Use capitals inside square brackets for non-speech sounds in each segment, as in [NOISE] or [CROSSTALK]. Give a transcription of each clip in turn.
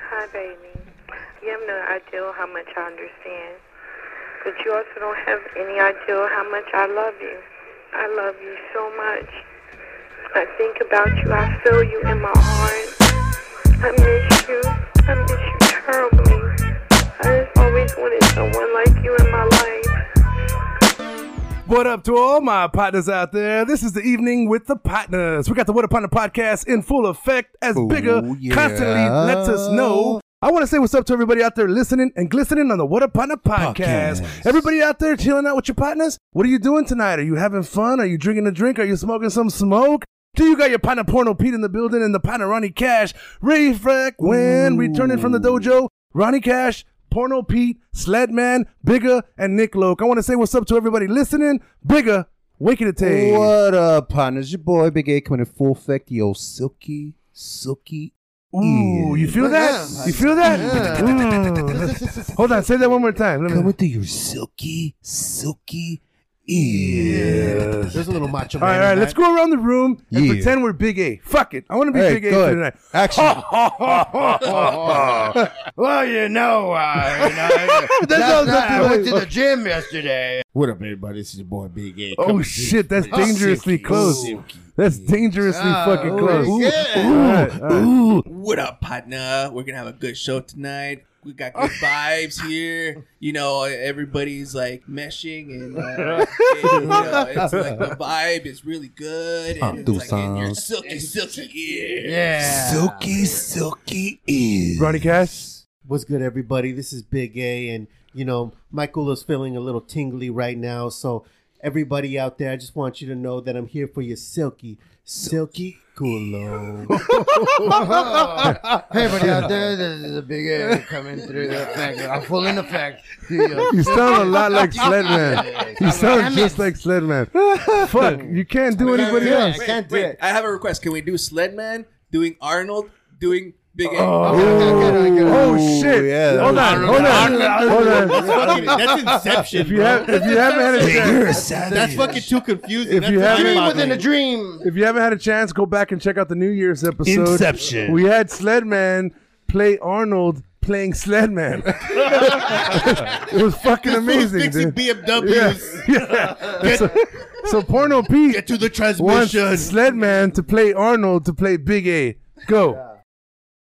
Hi, baby. You have no idea how much I understand. But you also don't have any idea how much I love you. I love you so much. I think about you. I feel you in my heart. I miss you. I miss you terribly. I just always wanted someone like you in my life. What up to all my partners out there? This is the evening with the partners. We got the What Upon the podcast in full effect as Ooh, Bigger yeah. constantly lets us know. I want to say what's up to everybody out there listening and glistening on the What Upon the podcast. Podcast. Everybody out there chilling out with your partners. What are you doing tonight? Are you having fun? Are you drinking a drink? Are you smoking some smoke? Do you got your partner Porno Pete in the building and the partner Ronnie Cash? Reflect when returning from the dojo. Ronnie Cash, Porno Pete, Sledman, Bigger, and Nick Loke. I want to say what's up to everybody listening. Bigger, Waking the Tape. What up, partners? Your boy Big A coming in full effect. Yo, silky, silky. Ooh, you feel that? You feel that? Ooh. [LAUGHS] Hold on, say that one more time. Let me. Coming through your silky, silky ear. There's a little macho All man. right, all in right. that. Let's go around the room and Yeah. pretend we're Big A. Fuck it. I want to be Hey, Big A good. for tonight. Action. Well, you know, uh, [LAUGHS] you know That sounds up to I the- went to the gym yesterday. What up, everybody? This is your boy Big A. Oh Coming shit, that's Oh, dangerously silky. close. Ooh. That's dangerously Ah, fucking ooh, close. yeah. Ooh, ooh, ooh. What up, partner? We're gonna have a good show tonight. We got good vibes here. You know, everybody's like meshing, and uh, you know, it's like the vibe is really good, and it's like in your silky, silky ear. Yeah. Silky, silky ear. Ronnie Cash. What's good, everybody? This is Big A, and you know Michael is feeling a little tingly right now. So everybody out there, I just want you to know that I'm here for your silky, silky culo. [LAUGHS] Hey, everybody out there, this is a big A coming through the effect. I'm full in effect. You sound a lot like Sledman. You sound Damn just it. like Sledman. Fuck, you can't do anybody do it. else. I can't do it. I have a request. Can we do Sledman doing Arnold doing Big A? Oh shit! yeah. Hold on, hold on, hold on. Fucking- That's Inception. If you have, if you haven't had a chance, That's fucking too confusing. If That's you mind haven't- boggling. Within a dream. if you haven't had a chance, go back and check out the New Year's episode. Inception. We had Sledman play Arnold playing Sledman. [LAUGHS] it was fucking amazing, Fixing dude. BMWs. Yeah. so, so Porno Pete to the wants Sledman to play Arnold to play Big A. Go.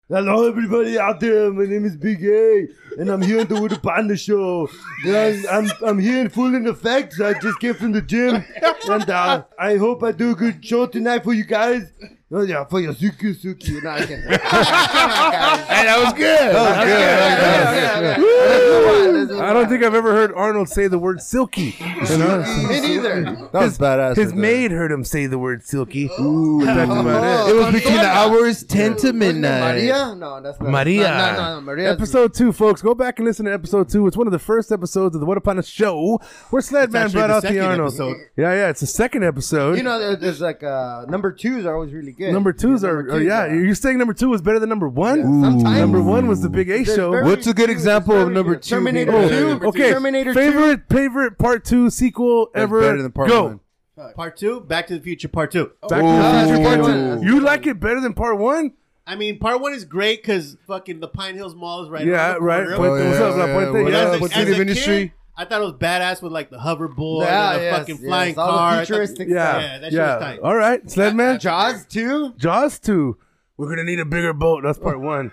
Hello, everybody out there. My name is Big A, and I'm here on the With a Panda show. And I'm, I'm, I'm here in full in effect. I just came from the [LAUGHS] gym, and uh, I hope I do a good show tonight for you guys. Oh, yeah, for your suki suki. No, I can't. Come on, guys. Hey, that was good. Okay, okay, okay. Let's move on, let's move I don't on. think I've ever heard Arnold say the word silky. You know? Me neither. That was badass. His right maid heard him say the word silky. there. [LAUGHS] That's about It was between the hours 10 to midnight. Maria? No, that's not. Maria. No, no, no. Maria. Episode two, folks. Go back and listen to episode two. It's one of the first episodes of the What Upon a Show where Sledman actually brought the out the second Arnold. episode. Yeah, yeah, it's the second episode. You know, there- there's like uh, number twos are always really good. number twos are, number are- yeah. You're saying number two was better than number one? sometimes. Number one was the Big A There's show. very What's a good few- example of very number few. two Terminator being Oh, better? two. Number okay. Terminator two. favorite favorite part two sequel That's ever. better than part Go. one. Part two, Back to the Future. Part two. Back to Oh. the Future That's Part a good Two. one. You like it better than part one? I mean, part one is great because fucking the Pine Hills Mall is right. around Yeah, the right. corner. Point- Oh, what's yeah, up, La yeah, Puente? what Yeah, But what's up? as, up? a, What's as in a the kid, industry? I thought it was badass with like the hoverboard Yeah, and the yes, fucking yes. flying All the car. I thought- futuristic yeah, stuff. Yeah, that shit yeah. was tight. All right, Sledman. Jaws [LAUGHS] two. Jaws two. We're gonna need a bigger boat. That's [LAUGHS] part one.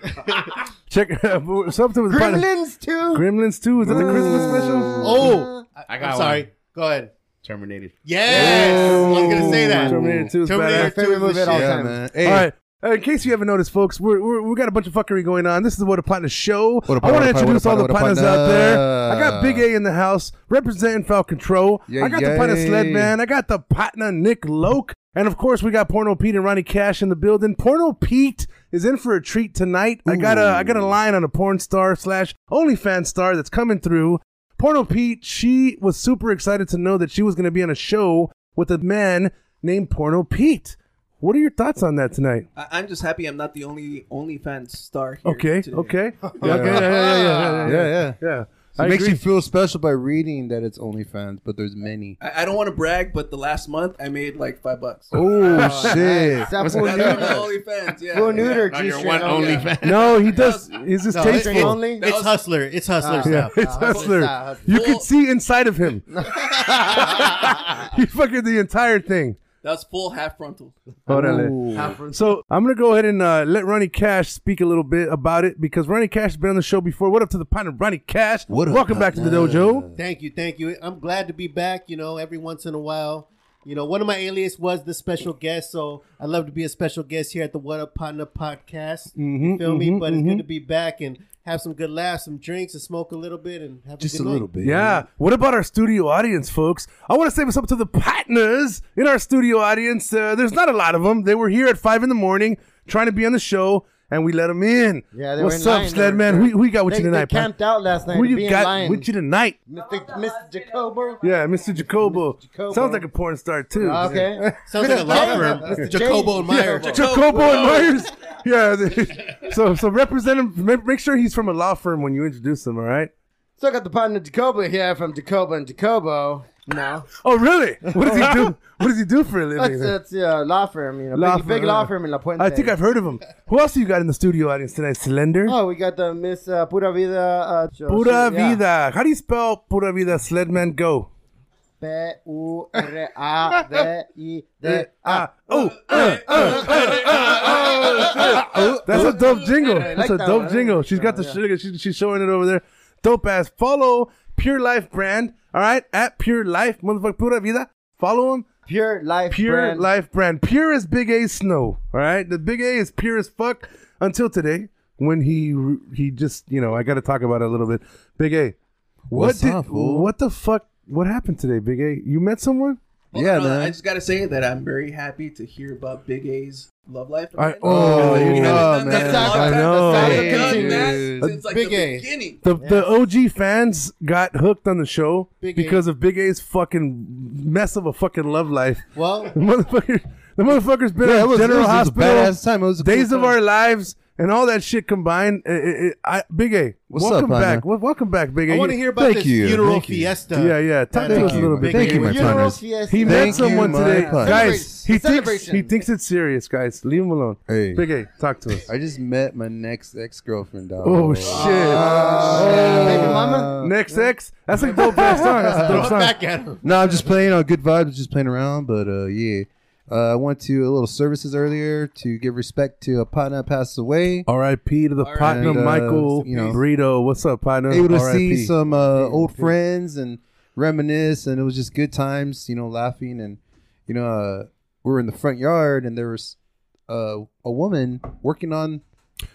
Check something was part of- Gremlins two. Gremlins two. Is that the Christmas special? Oh, I, got am one. sorry. Go ahead. Terminated. Yes, I was gonna say that. Terminator two is Terminator badass. two Favorite is the movie at shit. all Yeah, time. man. All Hey, right. Uh, In case you haven't noticed, folks, we're, we're, we got a bunch of fuckery going on. This is the What a Partner show. I What a want to Partner, introduce what a all the Partner, partners what a out there. I got Partner. Big A in the house representing Falcon Control. Yeah, I got the yeah. partner Sledman. I got the partner Nick Loke. And of course, we got Porno Pete and Ronnie Cash in the building. Porno Pete is in for a treat tonight. I got a I got a line on a porn star slash OnlyFans star that's coming through. Porno Pete, she was super excited to know that she was going to be on a show with a man named Porno Pete. What are your thoughts on that tonight? I- I'm just happy I'm not the only OnlyFans star here. Okay, today. okay. Yeah, okay, yeah, yeah, yeah, yeah, yeah, yeah, yeah. yeah. It I makes agree. you feel special by reading that it's OnlyFans, but there's many. I, I don't want to brag, but the last month I made like five bucks. [LAUGHS] Oh shit! Is that for That's on the neuter? OnlyFans, yeah. For neuter, Not your G-string one only. only fan. No, he does. Is this G-string tasteful? only? That It's was- hustler. It's hustler Yeah, stuff. it's hustler. You could see inside of [LAUGHS] him. he fucking the entire thing. That's full half frontal. Órale. Conference. So I'm gonna go ahead and uh, let Ronnie Cash speak a little bit about it because Ronnie Cash has been on the show before. What up to the partner, Ronnie Cash? What up, Welcome back to the dojo. Thank you, thank you. I'm glad to be back. You know, every once in a while, you know, one of my alias was the special guest, so I love to be a special guest here at the What Up Partner podcast. you Mm-hmm, feel me? But it's good to be back and have some good laughs, some drinks, and smoke a little bit, and have a, Just a good little night. bit. Yeah. What about our studio audience, folks? I want to say what's up to the partners in our studio audience. Uh, there's not a lot of them. They were here at five in the morning trying to be on the show, and we let them in. Yeah, they were what's in up, line, Sled they Man? were- Who, who you got with They, you they tonight? pal? camped out last night. Who to be you in got line. with you tonight? Mr. Mr. Jacobo. Yeah, Mr. Jacobo. Jacobo. Ah, Sounds like a porn star too. Okay. [LAUGHS] Sounds like a law [LAUGHS] firm. Mr. Jacobo and Meyer. Jacobo. Jacobo and Myers. [LAUGHS] Yeah. they- so so represent him. ma- Make sure he's from a law firm when you introduce him. All right. So I got the partner Jacobo here from Jacobo and Jacobo. No, Oh really? What does he [LAUGHS] do? What does he do for a living? that's then? that's uh, law firm, you know, Law big, big firm, law yeah. firm in La Puente. I think I've heard of him. Who else do you got in the studio audience tonight? Slender. Oh, we got the Miss uh, Pura Vida. Uh, Josie- Pura yeah. vida. How do you spell pura vida? Sledman go. P U R A V I D. Ah. Oh. That's a dope jingle. That's a that dope one. jingle. She's got the sugar. She's, she's showing it over there. Dope ass. Follow Pure Life brand. All right, at Pure Life, motherfucker Pura Vida. Follow him. Pure life. Pure brand. Life brand. Pure as Big A snow. All right, the Big A is pure as fuck until today when he he just you know I got to talk about it a little bit. Big A, what What's did up, fool? what the fuck? What happened today, Big A? You met someone? Well, Yeah, no, man. uh, I just gotta say that I'm very happy to hear about Big A's love life. I- again. oh, We oh, haven't done that man. in a long I time. know. That's Hey, how we've done that dude. since like Big the A. beginning. The the OG fans got hooked on the show Big A. because of Big A's fucking mess of a fucking love life. [LAUGHS] Well, The motherfucker, the motherfucker's been Yeah, on it was, General it was Hospital, A badass time. It was a Days cool of time. Our Lives, and all that shit combined. It- it- it- I- Big A, What's up, welcome partner? back. Wel- welcome back, Big A. I want to You- hear about Thank this you, funeral thank you. fiesta. Yeah, yeah. Talk Thank to us a you. little bit. Big Thank A. you, my Funeral partners. fiesta. He met Thank you, someone my today, partner. guys. He thinks Celebration. he thinks it's serious, guys. Leave him alone. Hey. Big A, talk to us. I just met my next ex girlfriend. Oh shit! Baby mama. Next X. That's a dope ass song. That's a [LAUGHS] dope Throw it song. Uh, back at him. No, I'm just playing on good vibes, just playing around. But uh, yeah, uh, I went to a little services earlier to give respect to a partner that passed away. R.I.P. to the R.I.P. partner, And, uh, Michael you know. Burrito. What's up, partner? Able to R.I.P.. see some uh, old friends and reminisce, and it was just good times. You know, laughing and you know uh, we were in the front yard, and there was uh, a woman working on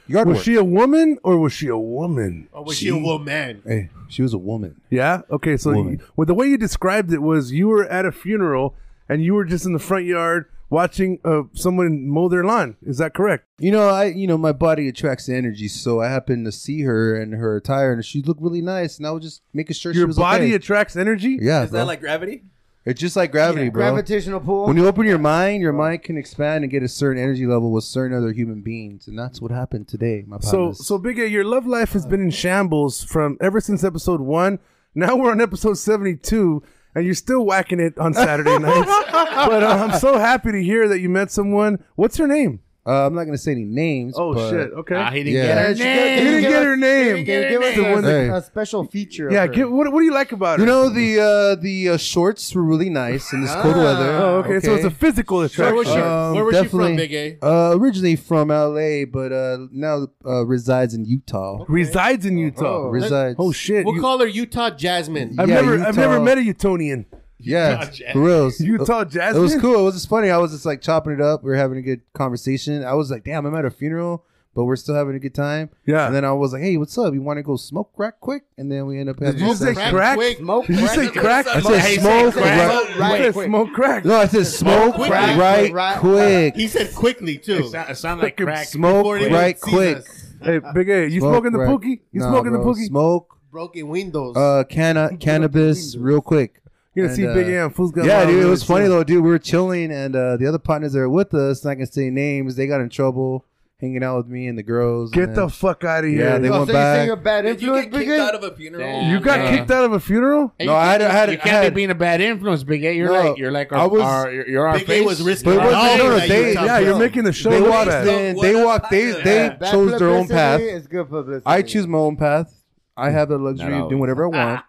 yard Was work. she a woman or was she a woman? Or Oh, was she a woman? hey, she was a woman. Yeah. Okay. So Woman. you, well, the way you described it was you were at a funeral and you were just in the front yard watching uh, someone mow their lawn. Is that correct? You know, I you know my body attracts energy, so I happened to see her and her attire, and she looked really nice, and I was just making sure she Your was body okay. attracts energy. yeah, Is bro. that like gravity? it's just like gravity, bro. Gravitational pull. when you open your mind, your mind can expand and get a certain energy level with certain other human beings, and that's what happened today, my So, partners. so Big A, your love life has been in shambles from ever since episode one. Now we're on episode seventy-two, and you're still whacking it on Saturday [LAUGHS] nights. But uh, I'm so happy to hear that you met someone. What's her name? uh, I'm not gonna say any names. Oh but- shit! Okay. Ah, he didn't Yeah. get her Can you give- You can you didn't give get us- her name. Can you give us The one that- a, a special feature? Yeah. of her? Get, what, what do you like about her? You know the uh, the uh, shorts were really nice in this cold weather. Oh, okay. So it's a physical Where was attraction. she, Um, where was she from, definitely. Big A? uh, originally from L.A., but uh, now uh, resides in Utah. Oh, Resides in Utah. Resides. Oh shit! We'll You- call her Utah Jasmine. I've Yeah, never, I've never Utah. met a Utonian. Yeah, Utah for reals. Utah It Jasmine. was cool. It was just funny. I was just like chopping it up. We were having a good conversation. I was like, damn, I'm at a funeral, but we're still having a good time. Yeah. And then I was like, hey, what's up? You want to go smoke crack quick? And then we end up having Did you smoke say crack. crack? quick. Smoke. Did you say crack. crack? I said smoke crack. crack. You said Right. smoke crack. No, I said smoke, quick, right, right, right. quick. He said quickly It too. sound, it sound like crack. Smoke Before he even right sees quick. us. Hey, Big A, you Smoke smoking the right- pookie? You Nah, smoking the bro. pookie? Smoke Broken windows. uh, canna- cannabis real quick. You're gonna And, see Big uh, A and Fool's got yeah, wild dude, it really was funny soon. though, dude. We were chilling, and uh, the other partners that are with us, not gonna say names, they got in trouble. hanging out with me and the girls. Get and the then- fuck out of here. Yeah, they Oh, went so you say back. you're a bad Did you influence, get Big kicked A? out of a funeral? Damn. you got Yeah. kicked out of a funeral? Hey, No, you I had- can't- I had- You I can't had- be being a bad influence, Big A. You're No, like you're like our, I was- our you're you're our Big face. A was risking But it it wasn't- all no, no, that they- you talked yeah, you're about. making the show They look walked bad. in. So They what walked. They happened? they Yeah. Bad chose their own publicity path. is good publicity. I choose my own path. I have the luxury of always. Ah. doing whatever I want.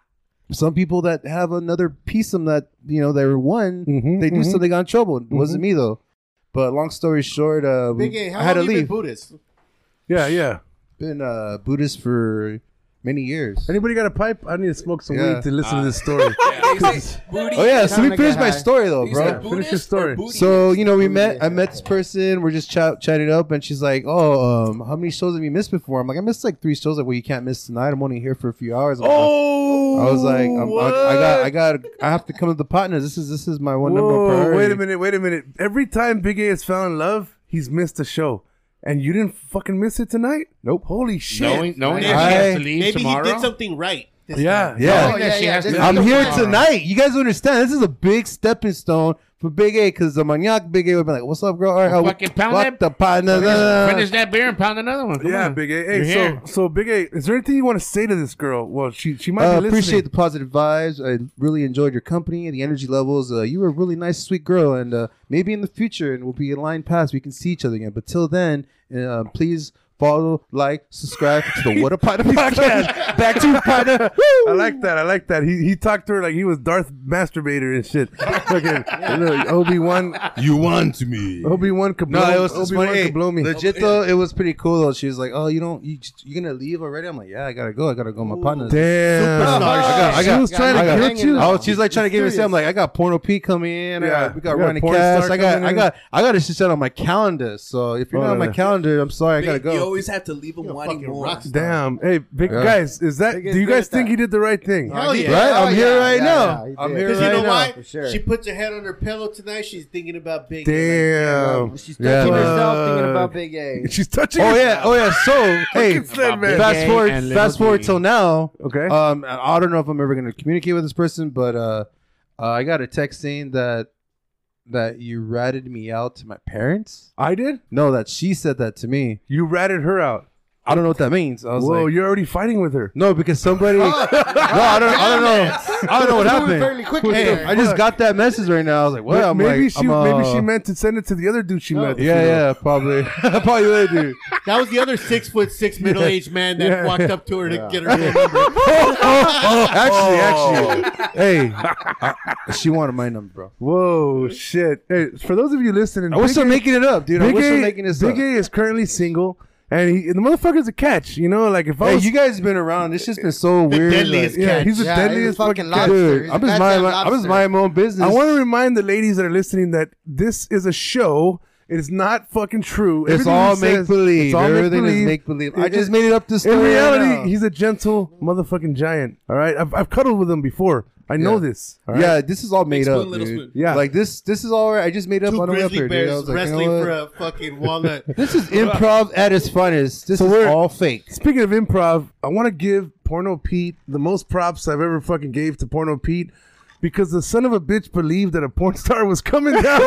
Some people that have another piece of them that you know they were one, Mhm, they do mhm. so they got in trouble. It wasn't me though. But long story short, uh, we- Big A, how I had to long you been leave. Buddhist? Yeah, yeah. Been, uh, Buddhist for many years. Anybody got a pipe? I need to smoke some Yeah. weed to listen to Uh, this [LAUGHS] story. Yeah, they say booty. Oh yeah, so Kinda let me got finish my high. story though, You Oh, bro. said Finish your Buddhist or story. booty? So you know, we met. I met this person. We're just chat, chatting up, and she's like, "Oh, um, how many shows have you missed before?" I'm like, "I missed like three shows. Like, well, you can't miss tonight. I'm only here for a few hours." I'm like, oh, I was like, I'm, I, I got, I got, I have to come to the partners. This is, this is my one number one Whoa, priority. wait a minute, wait a minute. Every time Big A has fell in love, he's missed a show, and you didn't fucking miss it tonight. Nope. Holy shit. knowing knowing that I- she has to leave Maybe tomorrow. he did something right. this Oh, yeah, time. Yeah, Knowing that she has to leave I'm here tomorrow. tonight. You guys understand? This is a big stepping stone for Big A because the maniac Big A would be like, "What's up, girl? All right, how fucking pound fuck that- the partner." Finish, finish that beer and pound another one. Come Yeah, on. Big A. You're Hey, so here. so Big A, is there anything you want to say to this girl? Well, she she might Uh, be appreciate listening. the positive vibes. I really enjoyed your company, the energy levels. Uh, you were a really nice, sweet girl, and uh, maybe in the future, and we'll be in line past, we can see each other again. But till then, uh, please follow, like, subscribe to the What a [LAUGHS] Partner podcast. Back to you, partner. Woo! I like that. I like that. He he talked to her like he was Darth masturbator and [LAUGHS] shit. Fucking Obi Wan. You want me? Obi Wan could blow. No, it was just Obi Wan funny. could blow me. Legit though, it was pretty cool though. She was like, "Oh, you don't, you, you're gonna leave already?" I'm like, "Yeah, I gotta go. I gotta go. My partner." Damn. I got, I got, she was trying I to got, guilt you. Oh, she's like trying to give me Serious. something. Like I got Porno P coming in. I Yeah. got, we got You got Ronnie Porn Star Cash. I got, coming I in. got, I got a shit set on my calendar. So if you're Oh, not on no, my no. calendar, I'm sorry. I Big- gotta You go. always have to leave him wanting fucking more. rock star. Damn. Hey, big Yeah. guys, is that? Big Do you is good guys at think that. he did the right thing? Hell yeah. Right, I'm Oh, here yeah, right yeah, now. yeah, he I'm did. here Because right you know now. why? For sure. She puts her head on her pillow tonight. She's thinking about Big A. [LAUGHS] Damn. She's Yeah. touching herself, thinking Fuck. about [LAUGHS] Big A. She's touching. Oh it. yeah, oh yeah. So hey, [LAUGHS] Fucking said, man. fast Gang forward, and Lil fast forward D. till now. Okay. Um, I don't know if I'm ever gonna communicate with this person, but uh, uh I got a text saying that that you ratted me out to my parents. I did. No, that she said that to me. You ratted her out. I don't know what that means. I was Whoa, like, you're already fighting with her. no, because somebody. no, I don't. I don't know. I don't know what happened. Fairly quickly. Hey, I just got that message right now. I was like, what? Ma- I'm maybe like, she I'm, uh, maybe she meant to send it to the other dude she met. Yeah, yeah, probably. [LAUGHS] probably would, dude. That was the other six foot [LAUGHS] six middle aged man that Yeah. walked up to her to get her phone number. [LAUGHS] Actually, actually, Oh, hey, I- [LAUGHS] she wanted my number, bro. Whoa, shit. Hey, for those of you listening, I wish Big they're A- making it up, dude. I Big wish they're A, making this Big up. A is currently single, and, he, and the motherfucker's a catch. You know, like if I Hey, was, you guys have been around. It's just been so weird. deadliest like, yeah, he's the Yeah, he's a deadliest fucking fucking lobster. catch. dude, He's a I'm just minding goddamn my, I'm just lobster. minding my own I business. want to remind the ladies that are listening that this is a show. It is not fucking true. It's Everything he all says- make believe. It's all Everything is make-believe. make believe. It- I just it- made it up this In story right reality, now. he's a gentle motherfucking giant. All right, I've, I've cuddled with him before. I know Yeah. this. all right? Yeah, this is all made spoon, up, little dude. spoon. Yeah. like this. This is all right. I just made up Two on the way up grizzly here, dude. I bears was like, you know wrestling what? for a fucking walnut. [LAUGHS] this is improv at its finest. This So is we're- all fake. Speaking of improv, I want to give Porno Pete the most props I've ever fucking gave to Porno Pete because the son of a bitch believed that a porn [LAUGHS] star was coming [LAUGHS] down.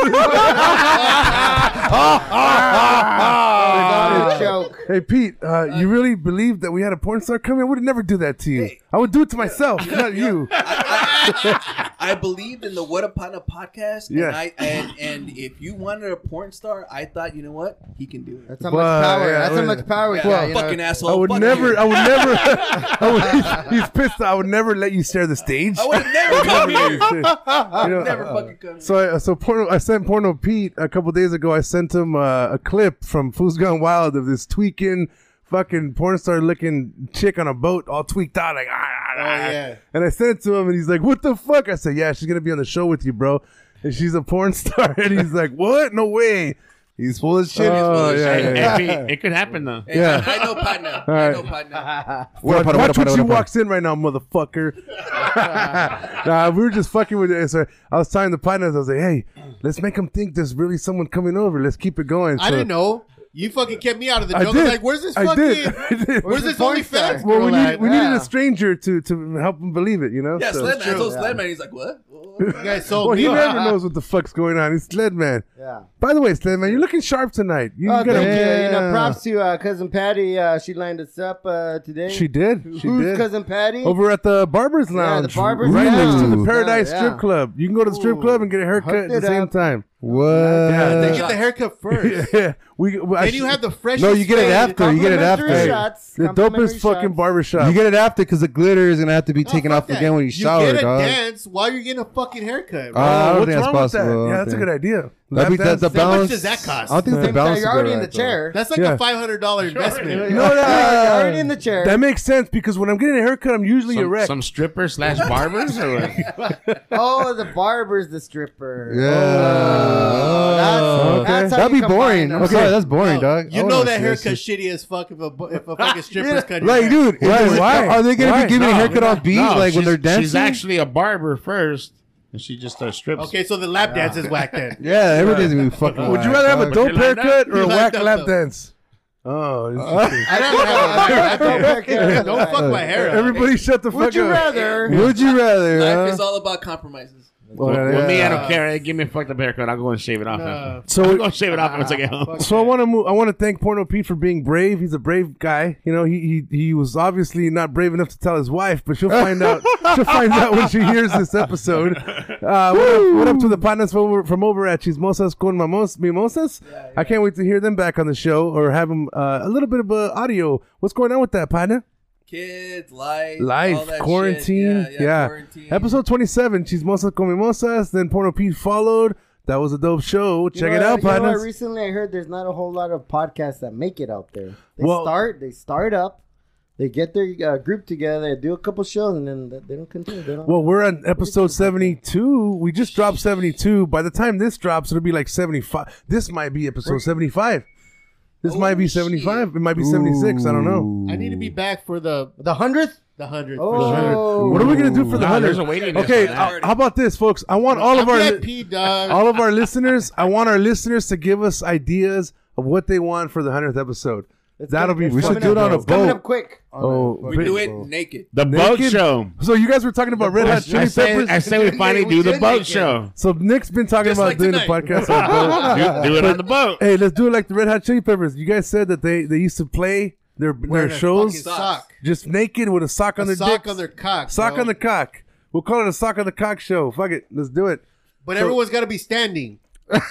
[LAUGHS] [LAUGHS] It's all a joke. hey Pete, uh, you really believed that we had a porn star coming? I would never do that to you. I would do it to myself, not you. I believed in the What Upon a podcast, Yeah. and I and and if you wanted a porn star, I thought you know what he can do it. That's how Well, much power. yeah, That's well, how much power. Yeah, he got, you know? fucking asshole. I would fuck never. you. I would never. [LAUGHS] I [LAUGHS] would, he's pissed. I would never let you share the stage. I would never come here. [LAUGHS] You know, [LAUGHS] [LAUGHS] Never fucking come here. So I so porno, I sent Porno Pete a couple days ago. I sent him uh, a clip from Foos Gone Wild of this tweaking fucking porn star looking chick on a boat, all tweaked out like. Ah, ah, ah. yeah. And I sent it to him, and he's like, "What the fuck?" I said, "Yeah, she's gonna be on the show with you, bro." And she's a porn [LAUGHS] star, and he's like, "What? No way." He's full of shit. full Oh, of yeah, shit. yeah, yeah. Hey, Yeah. It could happen though. Hey, Yeah. I, I know partner. I right. know partner. What Watch, about it? What watch about when it? she What about it? walks in right now, motherfucker. [LAUGHS] nah, we were just fucking with it. So I was telling the partners, I was like, hey, let's make them think there's really someone coming over. Let's keep it going. I So- didn't know. You fucking kept me out of the I joke. I was did. like, where's this I fucking? [LAUGHS] did. I did. Where's the this porn OnlyFans? star? Well, bro? we, Like, need, we needed yeah. a stranger to to help him believe it, you know. Yeah, So- Sledman. I told Sledman, he's like, what? What? you [LAUGHS] guys sold Well, he me. never knows what the fuck's going on. He's Sled Man. Yeah. By the way, Sled Man, you're looking sharp tonight. You Oh, got a- thank you. You know, props to uh, cousin Patty. Uh, she lined us up uh, today. She did. She Who's did. cousin [LAUGHS] Patty? Over at the Barber's Lounge. the Barber's right Lounge. next to the Ooh. Paradise Yeah, yeah. Strip Club. You can go to the strip club and get a haircut at Hooked the it same up. [LAUGHS] time. What? Yeah, They they get [LAUGHS] the haircut first. yeah, [LAUGHS] we, we, I Then sh- you have the freshest. No, you get it fade. after. You get it Complimentary after. shots. the complimentary dopest fucking shots. barbershop. You get it after because the glitter is gonna have to be taken Oh, fuck off that. again when you shower, You get a dog. dance while you're getting a fucking haircut. Uh, bro. I don't what's think that's wrong with that? possible. I Yeah, don't that's a think- good idea. That'd be- Lap dance? that's a How balance- much does that I cost? don't think the Same time, balance is You're already in the right, though. [LAUGHS] chair. That's like Yeah. a five hundred dollar investment. [LAUGHS] No, Yeah, you're already that, in the chair. that makes sense because when I'm getting a haircut, I'm usually Some, erect. some stripper slash barbers or what? oh, the barber's the stripper. Yeah. Oh, that's- that's how That'd you be boring. combine I'm them. sorry, that's boring, No, dog. I You don't know wanna that see haircut shit. shitty as fuck if a bu- [LAUGHS] if a fucking stripper's cut your Like, hair. dude, Why- is it- why? are they gonna Why? be giving a No, haircut on beat No, like when she's- they're dancing? She's actually a barber first, and she just uh, strips. Okay, so the lap dance is whack then. yeah, everything's [LAUGHS] gonna be fucking. Would you rather have a whack, dope you like haircut or a You like whack that, lap though. dance? Oh, interesting. I'd rather [LAUGHS] have a Go whack lap back there. dance. Don't fuck my hair up. everybody shut the Would fuck you up. rather? dog. Would you rather? Life huh? is all about compromises. Well, yeah. well, me, I don't care. Hey, Give me a fucked up haircut. I'll go and shave it off. No. So I'm gonna shave it off once I get home. So I want to move. I want to thank Porno Pete for being brave. He's a brave guy. You know, he he, he was obviously not brave enough to tell his wife, but she'll find out. she'll find out when she hears this episode. Uh, what, up, what up to the partners from over, from over at Chismosas con Mamos, Mimosas? I can't wait to hear them back on the show or have them uh, a little bit of uh, audio. What's going on with that partner? Kids, life, all Life, that quarantine, shit. yeah. quarantine. Episode twenty-seven, Chismosas con Mimosas. Then Porno Pete followed. That was a dope show. You Check know it what- out, you know what? partners. Recently, I heard there's not a whole lot of podcasts that make it out there. They Well- start, they start up, they get their uh, group together, do a couple shows, and then th- they don't continue. They don't. Well, we're on episode 72. We just dropped 72. By the time this drops, it'll be like 75. This might be episode 75. This might be 75. It might be 76. I don't know. I need to be back for the the hundredth. the hundred. Oh, What are we going to do for the Nah, there's a 100? waiting list. Okay, on that. uh, how about this, folks? I want all of I'm our VIP, dog. all of our listeners, I want our listeners to give us ideas of what they want for the 100th episode. That'll be we should do it on a It's coming up boat. quick. Oh, we big- do it naked. the boat naked- show. So you guys were talking about Red Hot I Chili say, Peppers. I say we finally We do the did boat make [LAUGHS] it. show. so Nick's been talking Just about like doing a tonight. podcast [LAUGHS] on a boat. Do, do it on the boat. Hey, let's do it like the Red Hot Chili Peppers. You guys said that they, they used to play their their Wearing a shows fucking sock. just naked with a sock on A their sock dicks. on their cock. sock bro. on the cock. We'll call it a sock on the cock show. Fuck it, let's do it. But everyone's got to be standing. what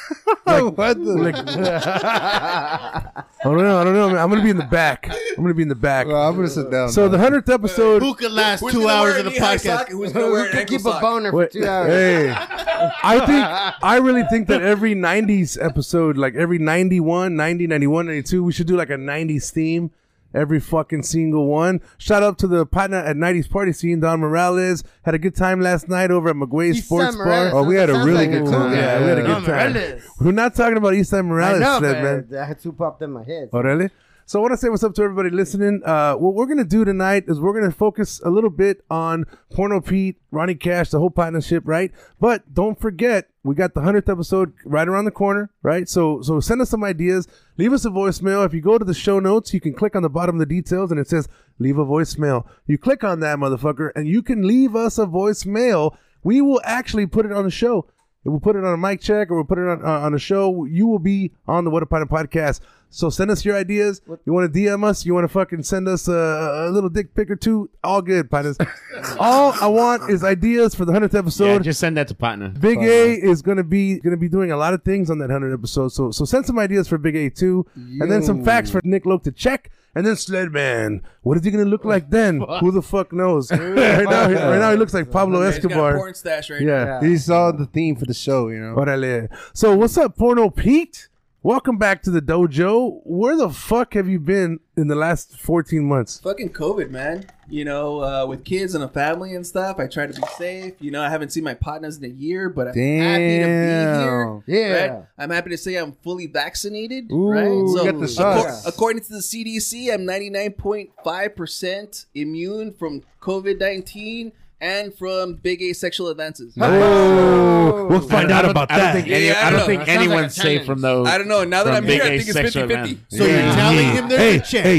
the? [LAUGHS] I don't know. I don't know. man. I'm gonna be in the back. I'm gonna be in the back. Well, I'm gonna sit down. so the hundredth episode. Who could last Who's two gonna hours wear of a the knee-high podcast? sock [LAUGHS] and Who's gonna wear an Can ankle keep a sock? boner for Wait, two hours. [LAUGHS] Hey, I think I really think that every 90s episode, like every 91, 90, 91, 92, we should do like a 90s theme. Every fucking single one. Shout out to the partner at 90s party scene, Don Morales. Had a good time last night over at McGuay's He's Sports Sam Bar. Morales. oh, we had a Sounds really like good a time. movie. Yeah, we had a Yeah. good time. Morales. We're not talking about Eastside I Morales, know, Sled, man. but I had two popped in my head. Oh, really? So I want to say what's up to everybody listening. Uh, what we're going to do tonight is we're going to focus a little bit on Porno Pete, Ronnie Cash, the whole partnership, right? But don't forget, we got the 100th episode right around the corner, right? So so send us some ideas. Leave us a voicemail. If you go to the show notes, you can click on the bottom of the details and it says leave a voicemail. You click on that motherfucker and you can leave us a voicemail. We will actually put it on the show. If We'll put it on a mic check or we'll put it on uh, on a show. You will be on the What a Planet podcast. So send us your ideas. You want to DM us? You want to fucking send us a, a little dick pic or two? All good, partners. All I want is ideas for the hundredth Yeah, episode. just send that to Patna. Big A is gonna be gonna be doing a lot of things on that hundred episode. So so send some ideas for Big A too, and then some facts for Nick Loke to check, and then Sledman. What is he gonna look like then? Who the fuck knows? [LAUGHS] right, now, he- right now he looks like Pablo Yeah, he's got a Escobar. porn stash right Yeah. he saw the theme for the show, you know. Orale. So what's up, Porno Pete? Welcome back to the dojo. Where the fuck have you been in the last 14 months? fucking COVID, man. You know, uh, with kids and a family and stuff, I try to be safe. You know, I haven't seen my partners in a year, but I'm happy to be here. Damn. Yeah. Right? I'm happy to say I'm fully vaccinated. Ooh, right? we So, got the acco- shots. according to the CDC, I'm 99.5% immune from COVID 19. and from big asexual advances. Oh, we'll find out about I don't that. think, Yeah, I any, I don't don't know. think That sounds like anyone's a safe challenge. from those. I don't know. Now that from I'm here, big I think it's asexual 50-50. men. So Yeah. you're telling him there's hey, a chance. Hey,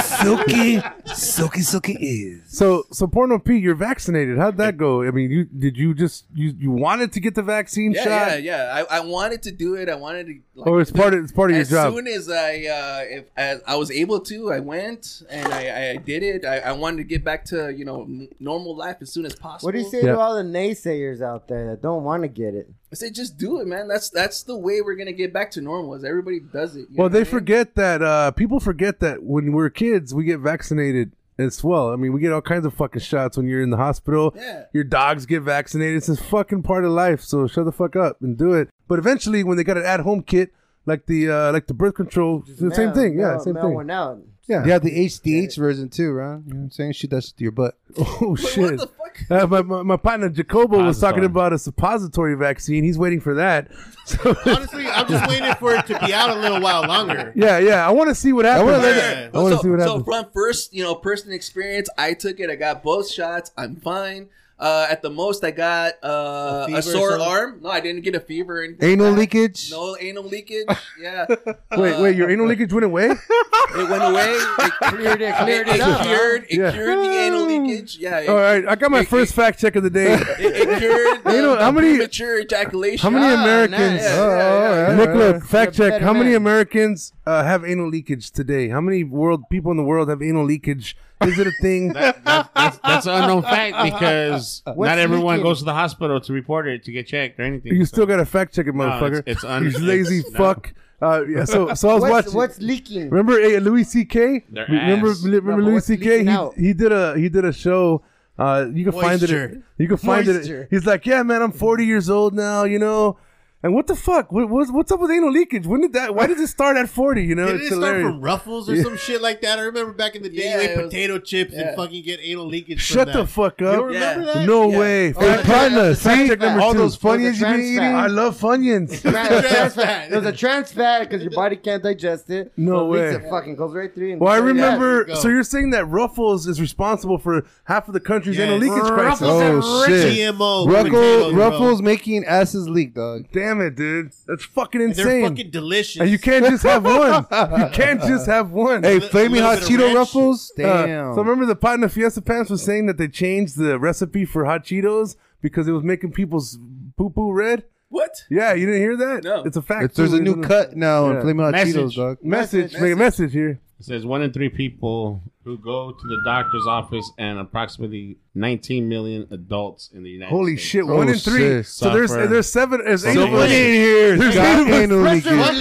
[LAUGHS] you're silky, silky, silky, silky is. So, so Porno P, you're vaccinated. How'd that go? I mean, you did you just you you wanted to get the vaccine yeah, shot, yeah, yeah. I, I wanted to do it. I wanted to. Like, or Oh, it's part of it's part of your as job. soon as I uh, if as I was able to, I went and I, I did it. I, I wanted to get back to you know n- normal life as soon as possible. What do you say Yeah. to all the naysayers out there that don't want to get it? I say just do it, man. That's that's the way we're gonna get back to normal. Is everybody does it? you know well, what I they mean? forget that uh, people forget that when we're kids, we get vaccinated as well. I mean, we get all kinds of fucking shots when you're in the hospital. Yeah. Your dogs get vaccinated. It's just fucking part of life. So shut the fuck up and do it. But eventually, when they got an at-home kit like the uh, like the birth control, it's the same Mail- thing. Yeah, mail- same mail thing. one out. Yeah. You have the HDH version too, Ron. You know what I'm saying? Shoot that shit to your butt. [LAUGHS] Oh But shit. What the fuck? Uh, my, my, my partner Jacobo was talking Suppository. about a suppository vaccine. He's waiting for that. [LAUGHS] So, Honestly, I'm just waiting for it to be out a little [LAUGHS] while longer. yeah, yeah. I want to see what happens. I want learn it. to so, see what so happens. from first, you know, personal experience, I took it. I got both shots. I'm fine. Uh, at the most, I got uh, A a, fever or sore something? arm. No, I didn't get a fever or anything. Anal like that. leakage. No [LAUGHS] anal leakage. Yeah. Wait, wait. Your anal leakage went away. It went away. It cleared it. Cleared it, up, huh? Cured, it Yeah. cured the anal leakage. Yeah. It, All right, I got my It- first it- fact check of the day. It, it cured the, You know, how the many- premature ejaculation. How many Ah, Americans? nice. Yeah, Oh, yeah, all yeah. right, Look, look. Fact You're a check. better How many man. Americans uh, have anal leakage today? How many world people in the world have anal leakage? Is it a thing? That's, that's an unknown fact because What's not everyone leaking? goes to the hospital to report it to get checked or anything. you So- still got to fact check it, No, it's- motherfucker. it's un- you lazy it's- no. fuck. Uh, yeah. So, so I was What's, watching. what's leaking? Remember uh, Louis C.K. Their Remember, ass. remember No, but Louis what's C.K. leaking out? He, he did a he did a show. Uh, you can find it. at- Moisture. You can find it. Moisture. at- He's like, yeah, man, I'm 40 years old now. You know, and what the fuck? What, what's what's up with anal leakage? When did that? Why did it start at 40? You know, Didn't it's it start hilarious. from Ruffles or some shit like that? I remember back in the day, Yeah, you it ate was- potato chips yeah. and fucking get anal leakage. from Shut the that. [LAUGHS] fuck You up. don't remember Yeah. that? No Yeah. way. Oh, Fact- yeah. Partner, That's the see fact fact. all two. those Funyuns Those are you've been trans fat. eating. I love Funyuns. Trans- trans Trans fat. fat. [LAUGHS] [LAUGHS] There's a trans fat because your body can't digest it. No so it leaks, way. It fucking goes right through. you and- Well, I Yeah. remember. go. so you're saying that Ruffles is responsible for half of the country's Yes. anal leakage crisis? Oh shit! GMO. Ruckle, potatoes, bro. Ruffles making asses leak, dog. Damn it, dude. That's fucking And They're insane. fucking delicious. And you can't just have one. You can't just have one. Hey, li- flaming little hot bit of Cheeto ranch. Ruffles. Uh, Damn. so remember the pot in the Fiesta Pants was saying that they changed the recipe for hot Cheetos because it was making people's poo poo red. What? Yeah, you didn't hear that? No. it's a fact. It's- there's a too. new cut now Yeah. in flaming hot Message. Cheetos, dog. Message, make a message here. It says one in three people who go to the doctor's office and approximately 19 million adults in the United Holy States. shit, One in Oh, three. shit. So there's Suffer. there's seven. There's eight of Somebody us. in here There's got eight of us anal Fuck leakage.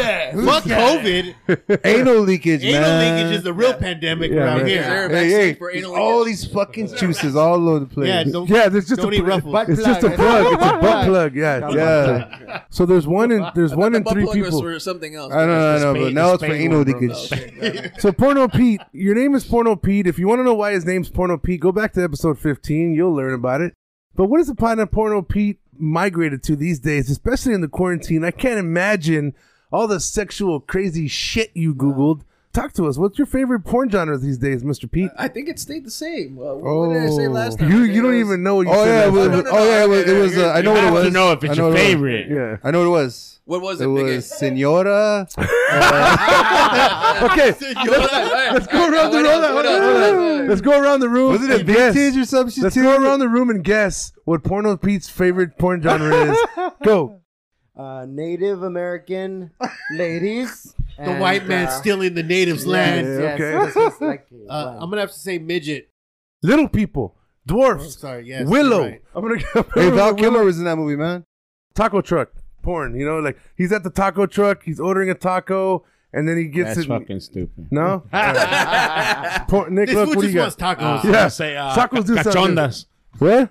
that. Fuck COVID. [LAUGHS] Anal leakage, Anal man. leakage is the real pandemic Yeah, around man. Is there a here. vaccine Hey, hey, for anal all leakage? these fucking juices all over the place. Yeah, don't, Yeah, there's just don't a eat pl- Ruffles. Butt It's just a plug. plug. It's a [LAUGHS] butt plug. Yeah, it's a butt yeah. plug. So there's one in there's one in The butt three plug was people. for something else. I don't know, I It's know, the but Spain- now the it's for Spain anal one, bro. leakage. [LAUGHS] So Porno Pete, your name is Porno Pete. If you want to know why his name's Porno Pete, go back to episode 15. You'll learn about it. But what is the planet Porno Pete migrated to these days, especially in the quarantine? I can't imagine all the sexual crazy shit you Googled. Talk to us. What's your favorite porn genre these days, Mr. Pete? I think it stayed the same. Uh, what did I say Oh. last time? You I think you it don't was- even know what you Oh said yeah, it last was, No, no, no, oh yeah, it was. yeah, It was yeah, uh, I You know what it have was. to know if it's I know your what it was. favorite. time. Yeah. I know what it was. What was It it? [LAUGHS] was Senora. Okay, Let's go [LAUGHS] around the room. Let's go around the room. Was it a and guess. vintage or some shit Let's too? go around the room and guess what Porno Pete's favorite porn genre is. [LAUGHS] Go. uh, Native American ladies. [LAUGHS] uh, the white man stealing the native's land. okay. [LAUGHS] Uh, I'm gonna have to say midget. Little people, Oh, dwarfs, sorry, yes, you're Willow. right. I'm gonna Hey, Willow. Val Kilmer was in that movie, man. taco truck porn. You know, like he's at the taco truck, he's ordering a taco, and then he gets That's it. fucking stupid. [LAUGHS] No, [LAUGHS] porn, Nick, This look food what do just you got? wants tacos. Yeah. say uh, Tacos do sound cachondas. What?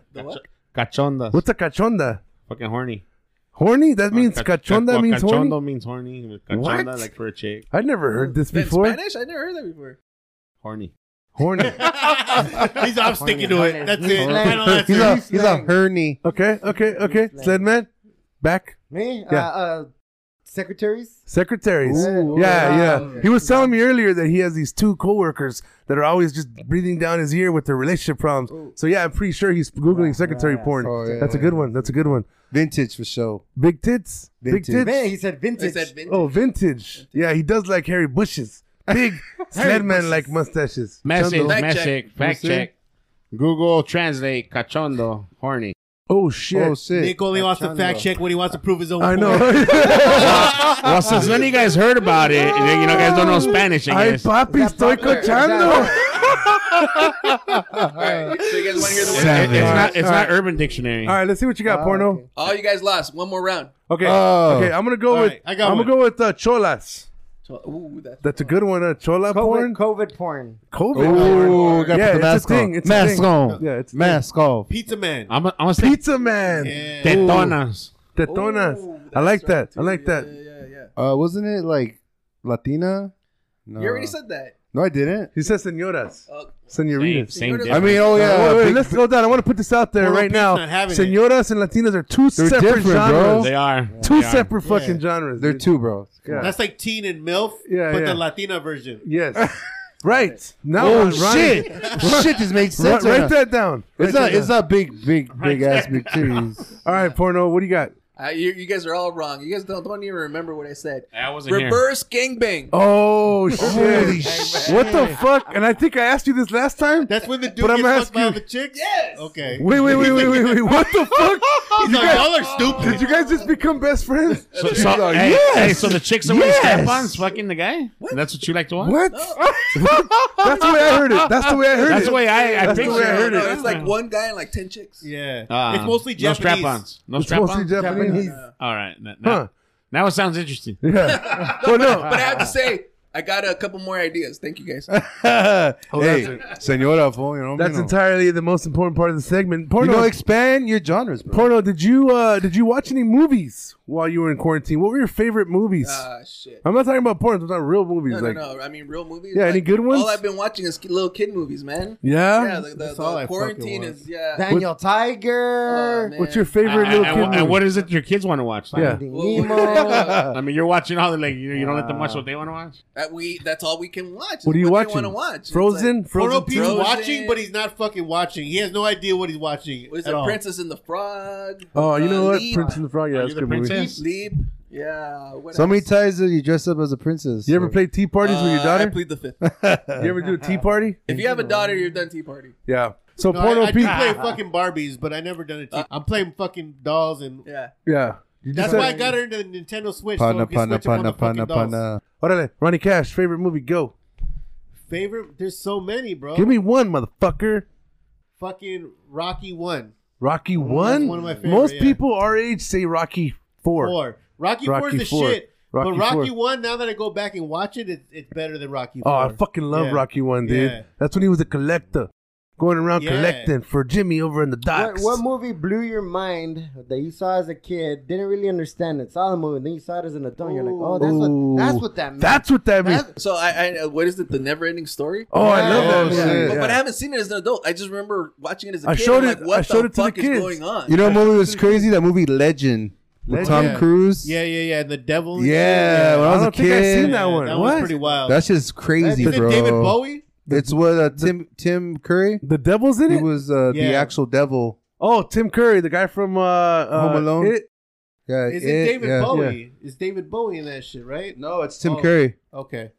Cachondas. What's a cachonda? fucking horny? Horny? That means Cach- cachonda well, means cachondo horny. means horny. What? Cachonda like for a chick. I never heard this In before. Spanish? I never heard that before. Horny. [LAUGHS] Horny. He's, I'm sticking to it. That's it. Final He's a answer. he's a herny. Okay, okay, okay. Sledman, back. Me? Yeah. Uh, uh, secretaries. Secretaries. Ooh, yeah, wow. yeah. Okay. He was telling me earlier that he has these two coworkers that are always just breathing down his ear with their relationship problems. So yeah, I'm pretty sure he's googling secretary porn. Oh, That's a good one. That's a good one. Vintage for sure. Big tits. Big Vintage. tits. Man, he said vintage. He said vintage. Oh, vintage. Yeah, he does like hairy bushes. [LAUGHS] Big Sledman like mustaches. Message, Chondo. message, fact Mister? check. Google translate cachondo horny. Oh shit. Oh shit. Nick only wants to fact check when he wants to prove his own I [LAUGHS] point. know. Well, since none of you guys heard about it, and then, you know, guys don't know Spanish, I Ay, guess. papi, estoy cochando. All right. So you guys want to hear the winner? It- it's not, it's not Urban Dictionary. All right, let's see what you got, porno. Oh, you guys lost. One more round. Okay. Oh. Okay, I'm gonna go All with right, I got I'm one. gonna go with uh, cholas. So, ooh, that's, That's a good one. Uh, chola COVID, porn. COVID porn. COVID. Oh, gotta yeah, put the it's a mask thing. on. It's a Mask thing. on. Yeah, it's a Mask off. Pizza Ah, man. I'm, I'm going to say Pizza man. Yeah. tetonas. Tetonas. Ooh, I Oh, that's like right, that. I too. like Yeah, that. Yeah, yeah, yeah. Uh, wasn't it like Latina? No. You already Uh. said that. No, I didn't. He says senoras, Oh, Same, senoritas. same I I difference. mean, oh yeah. wait, wait, big- let's go down. I want to put this out there Porno right Pete's now. not having it. Senoras and Latinas are two separate different, bro. genres. They are. Two They are. separate fucking genres. they're dude. two, bro. Yeah. That's like teen and MILF, Yeah, but yeah. the Latina version. [LAUGHS] Yes. right. Now I'm running. Oh, shit! shit just makes Ri- sense. right write now. that down. It's Write not. that It's down. not big, big, big ass big [LAUGHS] titties. All right, porno. What do you got? Uh, you, you guys are all wrong. You guys don't, don't even remember what I said. I wasn't here. Reverse gangbang. [LAUGHS] Oh shit! what the fuck? And I think I asked you this last time. That's when the dude But I'm gets fucked asking- by all the chicks? Yes. Okay. Wait, wait, wait, wait, wait, wait! What [LAUGHS] the fuck? He's like, y'all are Did stupid. you guys just become best friends? So, so, hey, hey, so the chicks are wearing Yes. strap-ons fucking the guy? That's what you like to [LAUGHS] watch? What? [LAUGHS] That's the way I heard it. That's the way I heard That's it. the way I, I That's the picture way I heard it. no, it's like one guy and like 10 chicks. Yeah. Ah, Uh, it's mostly No Japanese. strap-ons. No It's mostly strap-ons. Japanese. All right. n- Now, Huh. now it sounds interesting. [LAUGHS] Yeah. Well, Oh, no. But I have to say, I got a couple more ideas. Thank [LAUGHS] you guys. hey, senora, fool, you know That's you know. entirely the most important part of the segment. You Porno, know, expand your genres, bro. porno. Did you uh, did you watch any movies while you were in quarantine? What were your favorite movies? Uh, Ah, shit. I'm not talking about porn. I'm talking about real movies. No, like, no, no. I mean, real movies. Yeah, any good ones? All I've been watching is ki- little kid movies, man. yeah. Yeah, the, the, That's the all I fucking quarantine watch. is, yeah. Daniel Oh, Tiger. What's your And, favorite little Uh, and- kid? and movie? [LAUGHS] what is it your kids want to watch? Like, Yeah. Well, Nemo. what is it? I mean, you're watching all the like you, you don't let them watch what they want to watch. That we that's all we can watch. is What are you they watching? wanna watch. It's Frozen. Porno Frozen. Pete's Frozen. watching, but he's not fucking watching. He has no idea what he's watching. Like, what is at it? all. Princess and the Frog. Oh, you Uh, know what? Leap. Prince and the Frog. Yeah, Are that's you a the good movie. princess? Leap. Yeah. What So many else? times did you dress up as a princess? You ever play tea parties with your Uh, I daughter? plead the fifth. [LAUGHS] you ever do a [LAUGHS] tea party? If you have a daughter, you're done tea party. Yeah. So No, Porno I, I do Pete. play fucking Barbies, but I never done it. I'm playing fucking dolls, and Uh, Yeah. Yeah. You that's just why I said- got her into the Nintendo Switch. so I Pana, could switch pana, up on pana, the pana, fucking dolls. pana. Órale, Ronnie Cash, favorite movie, go. Favorite? There's so many, bro. Give me one, motherfucker. fucking Rocky one, Rocky one. one of my favorite, Most yeah. people our age say Rocky four. four. Rocky, four Rocky is the four. shit. Rocky but Rocky four. one, now that I go back and watch it, it it's better than Rocky Oh, four. I fucking love Yeah. Rocky one, dude. Yeah. That's when he was a collector, going around Yeah. collecting for Jimmy over in the What, docks. what movie blew your mind that you saw as a kid? Didn't really understand it. Saw the movie, and then you saw it as an adult. You're like, oh, that's Ooh. what that's what that meant. That's what that means. That's- So I, I what is it? The never ending story. Oh, I Yeah. love that. Oh, movie. shit. But, but I Yeah. haven't seen it as an adult. I just remember watching it as a I kid. showed I'm it- like, what I showed the it to the fuck is kids. going on? You know, what movie was crazy. That movie Legend with Tom Yeah. Cruise. Yeah, yeah, yeah. And the devil. yeah. and shit, When I was a don't think I've kid, seen that one. That What? was pretty wild. That's just crazy, Is it bro. David Bowie? It's what uh, Tim Tim Curry. The devil's in He it. was uh, the Yeah. actual devil. oh, Tim Curry, the guy from uh, uh, Home Alone? It. Yeah, Is it, it- David yeah. Bowie? Is David Bowie in that shit, right? No, it's Tim Oh. Curry. Okay.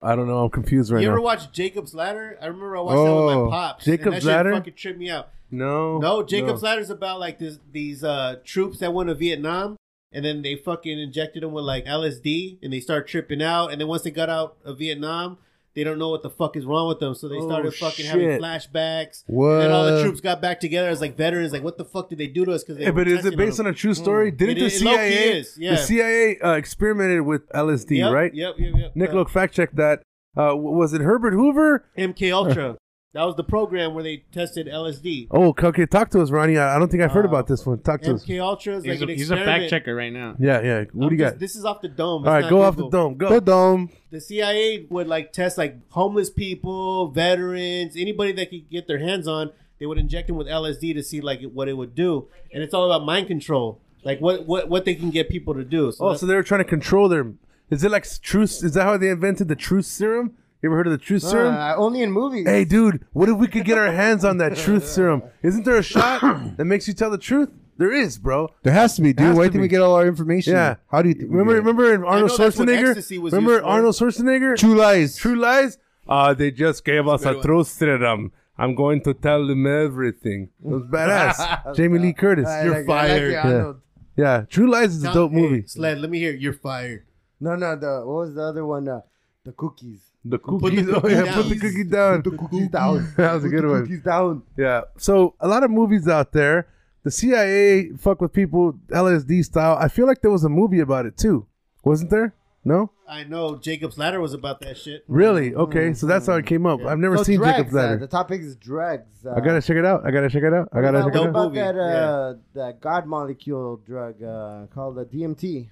I don't know. I'm confused right you ever now. watch Jacob's Ladder? I remember I watched that Oh, with my pops. Jacob's and that Ladder? Shit fucking tripped me out. [LAUGHS] no, No, Jacob's Ladder's about like this, these uh, troops that went to Vietnam, and then they fucking injected them with like LSD, and they start tripping out. And then once they got out of Vietnam, they don't know what the fuck is wrong with them, so they Oh, started fucking shit. having flashbacks. What? And then all the troops got back together as like veterans. Like, what the fuck did they do to us? Because Yeah, but is it based on a true story? Didn't Mm. Hmm. It the is- it low-key CIA is, yeah. the CIA uh, experimented with LSD, yep, right? Yep, yep, yep. Nick, Uh, look, fact check that. Uh, w- was it Herbert Hoover? MK Uh, Ultra. that was the program where they tested LSD. Oh, c- okay. Talk to us, Ronnie. I, I don't think I've heard Uh, about this one. Talk to us. MK Ultra is like He's, an a, he's a experiment. fact checker right now. Yeah, yeah. What I'm do you just- got? This is off the dome. All right, It's not go off the Google. dome. Go. The dome. The CIA would like test like homeless people, veterans, anybody that could get their hands on. They would inject them with LSD to see like what it would do, and it's all about mind control. Like what what what they can get people to do. So Oh, that's- so they were trying to control their. Is it like truth? Is that how they invented the truth serum? You ever heard of the truth serum? Uh, only in movies. Hey, dude, what if we could get our hands on that truth serum? Isn't there a [COUGHS] shot that makes you tell the truth? There is, bro. There has to be, dude. Has Where to do you think we be. get all our information? Yeah. How do you think we Remember, get it? remember in Arnold know that's what ecstasy Schwarzenegger? was Remember used for. Arnold Schwarzenegger? True lies. True lies. Uh, they just gave us a one. truth serum. I'm going to tell them everything. It was [LAUGHS] badass. Jamie Lee [LAUGHS] Curtis, I you're Uh, like- I like fired. the yeah. Arnold. Yeah, True Lies is a Tom- dope hey, movie. Sled, let me hear. it. You're fired. No, no, the what was the other one? Uh, the cookies. The the cookies, oh cookie yeah, put the down. cookie down. The cookies down. [LAUGHS] That was a Put good the one. Cookies down. Yeah. So a lot of movies out there, the CIA fuck with people LSD style. I feel like there was a movie about it too, wasn't there? No, I know Jacob's Ladder was about that shit. really? Okay, so that's how it came up. I've never Mm-hmm. So seen drugs, Jacob's Uh, Ladder. the topic is drugs. Uh, I gotta check it out. I gotta check it out. I gotta What check it about, out. what movie. about that, uh, that God molecule drug uh, called the DMT?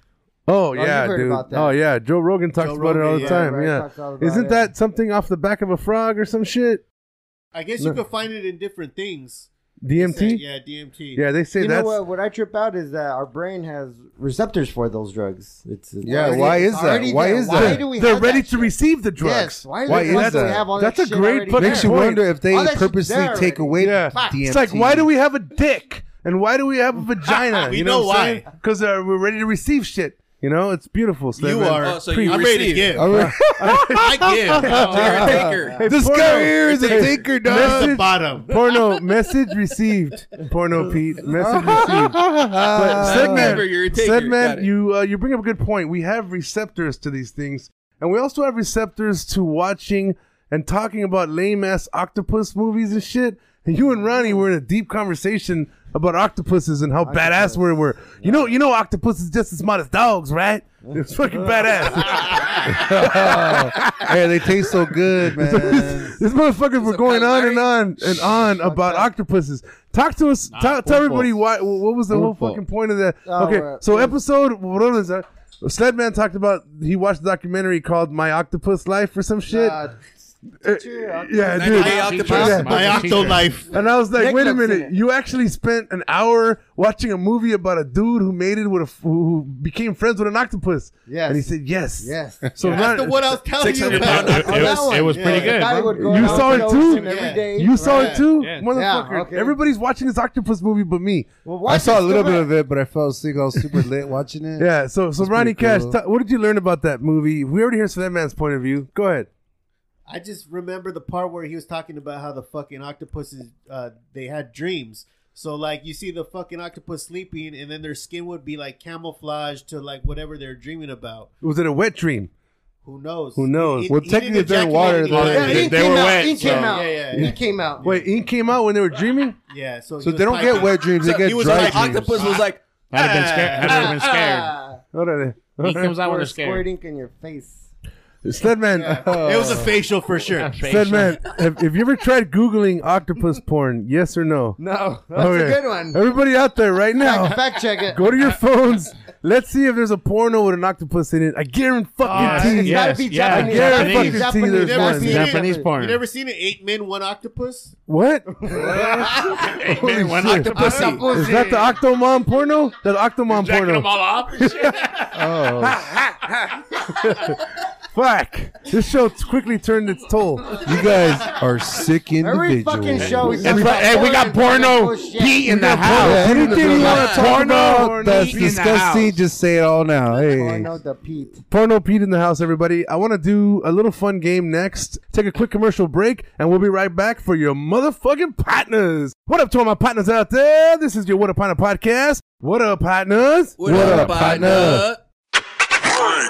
Oh you've yeah, heard dude. about that. Oh yeah, Joe Rogan talks Joe about it all Rogan, the yeah, time. right, Yeah, talks all about isn't it. that something off the back of a frog or some shit? I guess you No. could find it in different things. DMT. Yeah, DMT. Yeah, they say you know that's what? What I trip out is that our brain has receptors for those drugs. It's, it's Yeah, already- why it's is that? already Why there. is Why that? do we they're have ready that to shit? receve the drugs. Yes. Why, Why do is why do we that? have all That's that a shit great already fucking there? Makes you Point. wonder if they All that shit's purposely there take already. away Yeah. DMT. It's like, why do we have a dick? And why do we [LAUGHS] have a vagina? We you know, know why. Because uh, we're ready to receive shit. You know, it's beautiful. Slim, You man. are. Oh, so Pre- you I'm ready to [LAUGHS] received. give. All right. I give. Taker, taker. this porno. guy here is a Hey, thinker, That's the dog. bottom. Porno message received. Porno Pete message received. But [LAUGHS] Ah. said man, Remember, you're a taker. said man, Got it. you uh, you bring up a good point. We have receptors to these things, and we also have receptors to watching and talking about lame ass octopus movies and shit. And you and Ronnie were in a deep conversation about octopuses and how badass we were. You know, you know, octopus is just as smart as dogs, right? It's fucking [LAUGHS] badass. hey, they taste so good, man. These motherfuckers were going on and on and on about octopuses. Talk to us. tell tell everybody why. What was the whole Pulpo. fucking point of that? Oh, okay, uh, so episode what was that? Sledman talked about he watched a documentary called "My Octopus Life" or some shit. Uh, Uh, yeah, Nice dude. to meet you. My octo life. And I was like, Nick wait a Lipson. minute! You actually spent an hour watching a movie about a dude who made it with a f- who became friends with an octopus. Yes. And he said yes. yes. So That's Ron- the what I was telling you 600 about. [LAUGHS] It, it that was, it one. was pretty The guy good. would go You down saw to it the too? ocean Every Yeah. day, you saw it right? too, Yeah. motherfucker! Yeah, okay. Everybody's watching this octopus movie, but me. Well, I watch saw a it's little still bit there. of it, but I felt sick. I was super lit watching it. Yeah, so so Ronnie pretty Cash, cool. t- what did you learn about that movie? We already heard that man's point of view. Go ahead. I just remember the part where he was talking about how the fucking octopuses uh, they had dreams. So like you see the fucking octopus sleeping, and then their skin would be like camouflaged to like whatever they're dreaming about. Was it a wet dream? Who knows? Who knows? He- Well, he technically, if didn't they're in water, ejaculate they're- Yeah, anybody. he They came were out. wet, He so- came out. Yeah, yeah, He yeah. came out. Wait, ink came out when they were dreaming. Yeah, so he So was they don't get piping. wet dreams; they So get he was dry like, dreams. octopus was like, I'd have been scared. I'd have been scared. Ah, What are they? He [LAUGHS] comes out when or they're scared. squirt ink in your face. Sledman, [LAUGHS] It was a uh, facial for [LAUGHS] sure. Sledman, have, have you ever tried Googling octopus porn? Yes or no? No, that's Okay. a good one. Everybody out there [LAUGHS] right now, Fact check it. Oh. go to Uh, your phones. Let's see if there's a porno with an octopus in it. I guarantee fucking it's tea. gotta Uh, yes, be yeah, Japanese. yeah, Gotta be fucking Japanese. see, there's Never one. seen it. Japanese You porn. never seen an eight men one octopus? [LAUGHS] What? Man, one octopus Is that the Octomom porno? The Octomom jacking porno. them all off. and shit. Fuck. This show quickly turned its toll. You guys are sick Every individuals. fucking show is That's right. Hey, we got porno Pete in the house. Yeah, Anything you want to talk Porno about, That's that's Pete in the disgusting, disgusting. house. Just say it all now. Hey, Porno the Pete. Porno Pete in the house, everybody. I want to do a little fun game next. Take a quick commercial break, and we'll be right back for your motherfucking partners. What up to all my partners out there? This is your What Up Partner podcast. What up, partners? "What, up, up, partner?" partner?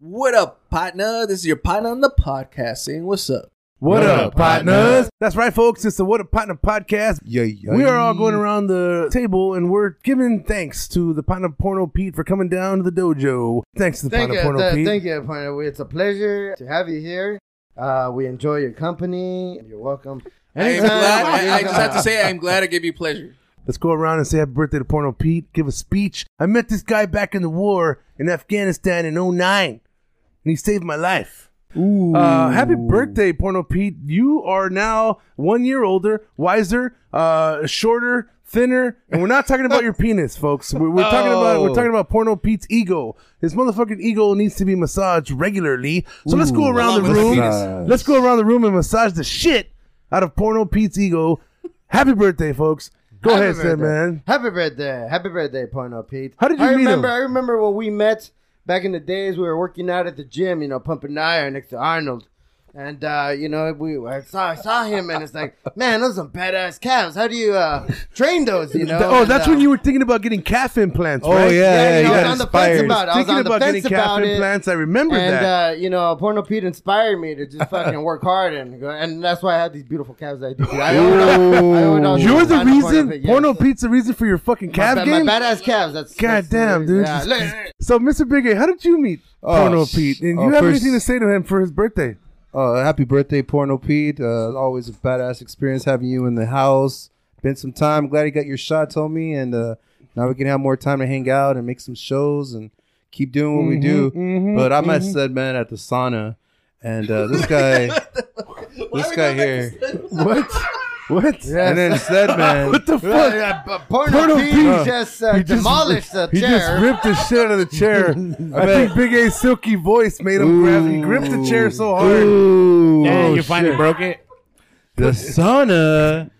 What up, partner? This is your partner on the podcast saying, "What's up?" What, up, partners? That's right, folks. It's the What Up Partner podcast. Yeah, We are all going around the table and we're giving thanks to the partner Porno Pete for coming down to the dojo. Thanks to the Thank partner you, Porno th- Pete. thank you, partner. It's a pleasure to have you here. Uh, we enjoy your company. You're welcome. I am Anytime. glad. I, I just have to say, I'm glad I gave you pleasure. Let's go around and say happy birthday to Porno Pete. Give a speech. I met this guy back in the war in Afghanistan in 09, and he saved my life. Ooh. Uh, happy birthday, Porno Pete. You are now one year older, wiser, uh, shorter, thinner, and we're not talking about your penis, folks. We're, we're talking about we're Oh. talking about Porno Pete's ego. His motherfucking ego needs to be massaged regularly. So let's go Ooh. around the Along with the room. penis. Let's go around the room and massage the shit out of Porno Pete's ego. Happy birthday, folks. Go Happy ahead, Sam, birthday. man. Happy birthday. Happy birthday, Porno Pete. How did you I meet remember, him? I remember when we met back in the days, we were working out at the gym, you know, pumping iron next to Arnold. And, uh, you know, we I saw, I saw him and it's like, [LAUGHS] man, those are some badass calves. How do you uh, train those, you know? oh, that's And, uh, when you were thinking about getting calf implants. Oh, right? yeah, Yeah, yeah, you I got was on the fence inspired. about it. I was thinking on the about fence getting calf about it. implants. I remember and, that. uh, you know, Porno Pete inspired me [LAUGHS] to just fucking work hard and go, and that's why I have these beautiful calves that I do. I own, I own all You're these the Porno reason. Pete, yeah. Porno Pete's the reason for your fucking calf my, game. My badass calves. That's God that's the damn, reason. dude. Yeah, [LAUGHS] look, So, Mr. Big A, how did you meet Oh, Porno sh- Pete? And oh, you have first- anything to say to him for his birthday? Uh, happy birthday, Porno Pete. Uh, always a badass experience having you in the house. Been some time. Glad you got your shot, Tommy. And uh, now we can have more time to hang out and make some shows and keep doing what we do. Mhm, mhm, but I met mhm. said man at the sauna, and uh, this guy, [LAUGHS] this guy here, what? What? And then [LAUGHS] said [LAUGHS] man, what the fuck? Yeah, yeah, Porno Pete just, uh, He demolished the He chair. just ripped the shit out of the [LAUGHS] chair. I, think Big A's silky voice made him grab. He gripped the chair so hard. Yeah, Oh, you finally shit. broke it. The sauna.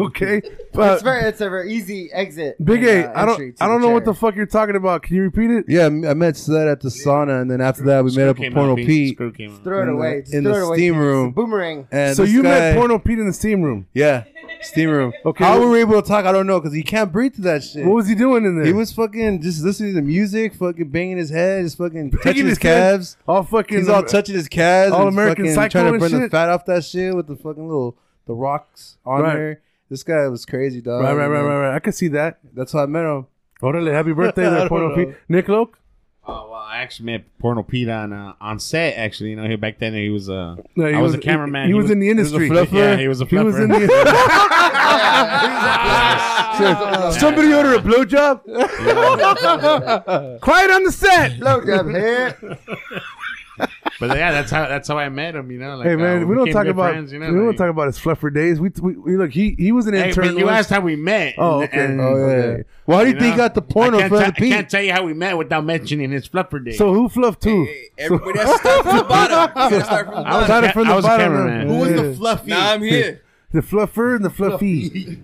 okay, it's but very, it's a very easy exit. Big and, A, uh, I entry don't, to I don't the know what chair. the fuck you're talking about. Can you repeat it? Yeah, I met Sled at the sauna, and then after that, we met up with came Porno out, Pete. Pete. Screw came out. Throw it in the- away. Just in throw the it away. steam It's a room. boomerang. And so this you met guy- Porno Pete in the steam room. Yeah, steam room. Okay, what- how we were able to talk, I don't know, because he can't breathe through that shit. What was he doing in there? He was fucking just listening to music, fucking banging his head, just fucking touching his, head, calves. All fucking. um, He's all touching his calves. All and American fucking Psycho trying to and burn the shit? fat off that shit with the fucking little the rocks on Right. there. This guy was crazy, dog. Right, right, right, right, right. I could see that. That's how I met him. Orale, [LAUGHS] happy birthday I there, don't Porno know. Pete. Nick Loke? Oh well, I actually met Porno Pete on uh, on set. Actually, you know, he back then he was uh, No, he I was, was- a cameraman. he- he was in the industry. He was a fluffer. Yeah, he was a fluffer. He was in the. [LAUGHS] [LAUGHS] Somebody order a blowjob. [LAUGHS] Quiet on the [LAUGHS] set. Look up here. but yeah, that's how that's how I met him. You know, like, hey man, uh, we don't became talk good about friends, you know, we don't like- talk about his fluffer days. We, we, we look he he was an Hey, intern. but you once. asked how we met. Oh, and- okay. and- Oh, yeah, yeah. Well, how do you, You think he know? got the I porno can't, from tell- I Pete? can't tell you how we met without mentioning his fluffer day. So who fluffed who? Everybody has to start from the bottom. You gotta [LAUGHS] start from the I bottom. was, a, Started ca- from the I was a bottom, man. cameraman. Who was the Yeah. Fluffy. Now I'm here. The fluffer and the [LAUGHS] fluffy.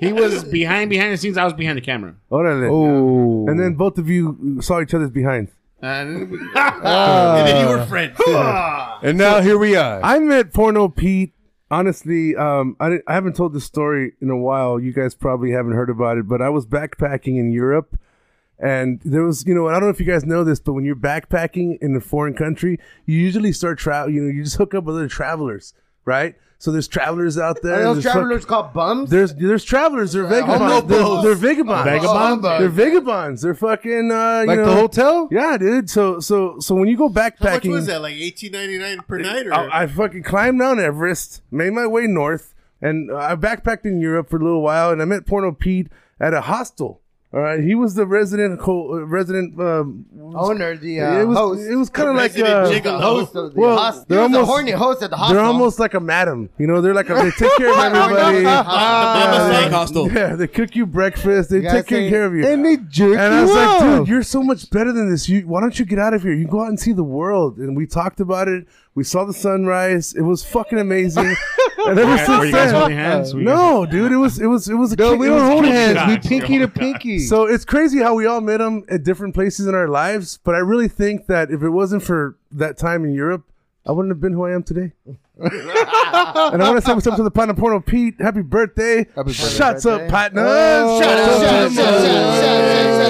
He was behind behind the scenes. I was behind the camera. Orale. Oh, And then both of you saw each other's behind. Uh, [LAUGHS] And Uh, [LAUGHS] and then you [LAUGHS] were friends. and now here we are. I met Porno Pete. Honestly, um, I, didn't- I haven't told this story in a while. You guys probably haven't heard about it, but I was backpacking in Europe, and there was, you know, and I don't know if you guys know this, but when you're backpacking in a foreign country, you usually start travel. You know, you just hook up with other travelers, right? So there's travelers out there. Are and those there's fuck- travelers called bums? There's there's travelers. They're vagabonds. They're, Hobos. they're vagabonds. Vagabond? They're vagabonds. They're fucking uh, you like know, the hotel. Yeah, dude. So so so when you go backpacking, How much was that? Like eighteen ninety nine per night, or I, I fucking climbed down Everest, made my way north, and uh, I backpacked in Europe for a little while, and I met Porno Pete at a hostel. All right, he was the resident co- uh, resident. Um, Owner, the uh, it was host. it was kind of like Resident uh, gigolo. the host of the well, hostel. they're He was a almost- horny host at the hostel. they're almost like a madam. You know, they're like a, they take care of everybody. Mama Yeah, sang [LAUGHS] hostel. Uh, Yeah, they cook you breakfast. They You take gotta good say- care of you. And they jerk And I was you like, off. dude, you're so much better than this. You why don't you get out of here? You go out and see the world. And we talked about it. We saw the sunrise. It was fucking [LAUGHS] amazing. and ever were, were since you guys then, holding hands? Were you guys- no, dude, it was it was it was a No, kick- we it was don't hold kick hands. shot. We shots. pinky to [LAUGHS] pinky. So it's crazy how we all met him at different places in our lives. But I really think that if it wasn't for that time in Europe, I wouldn't have been who I am today. and I want to say what's up to the partner Porno Pete. Happy birthday. Shots up, Birthday. partners. Shout Shots up, out, shout out, shout out, shout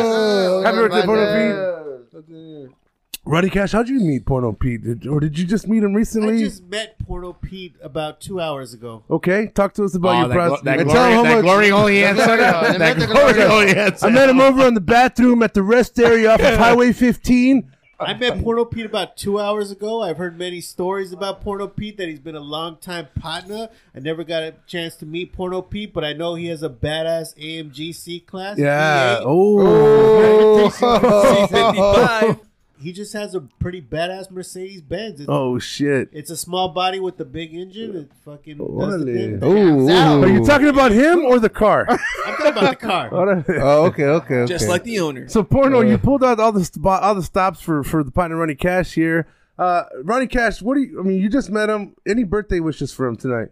partners. out, Oh, shout out, shout out, shout out. Happy birthday, Porno Pete. Pete. Roddy Cash, how'd you meet Porno Pete? Did, or did you just meet him recently? I just met Porno Pete about two hours ago. Okay, talk to us about Oh, your that glo- process. that And glory- tell him that how much- glory hole [LAUGHS] he had, sucker. That That glory hole he had, I met him over in the bathroom at the rest area off of Highway 15. I [LAUGHS] met Porno Pete about two hours ago. I've heard many stories about Porno Pete that he's been a long time partner. I never got a chance to meet Porno Pete, but I know he has a badass AMG C class. Yeah. V8. [LAUGHS] Oh. [LAUGHS] C55. He just has a pretty badass Mercedes Benz. It's- Oh, shit. It's a small body with a big engine. It fucking. does the Orale. thing. Are you talking about him or the [LAUGHS] car? I'm talking about the car. [LAUGHS] Oh, okay, okay, Just okay. like the owner. So, Porno, you pulled out all the st- all the stops for for the partner Ronnie Cash here. Uh, Ronnie Cash, what do you? I mean, you just met him. Any birthday wishes for him tonight?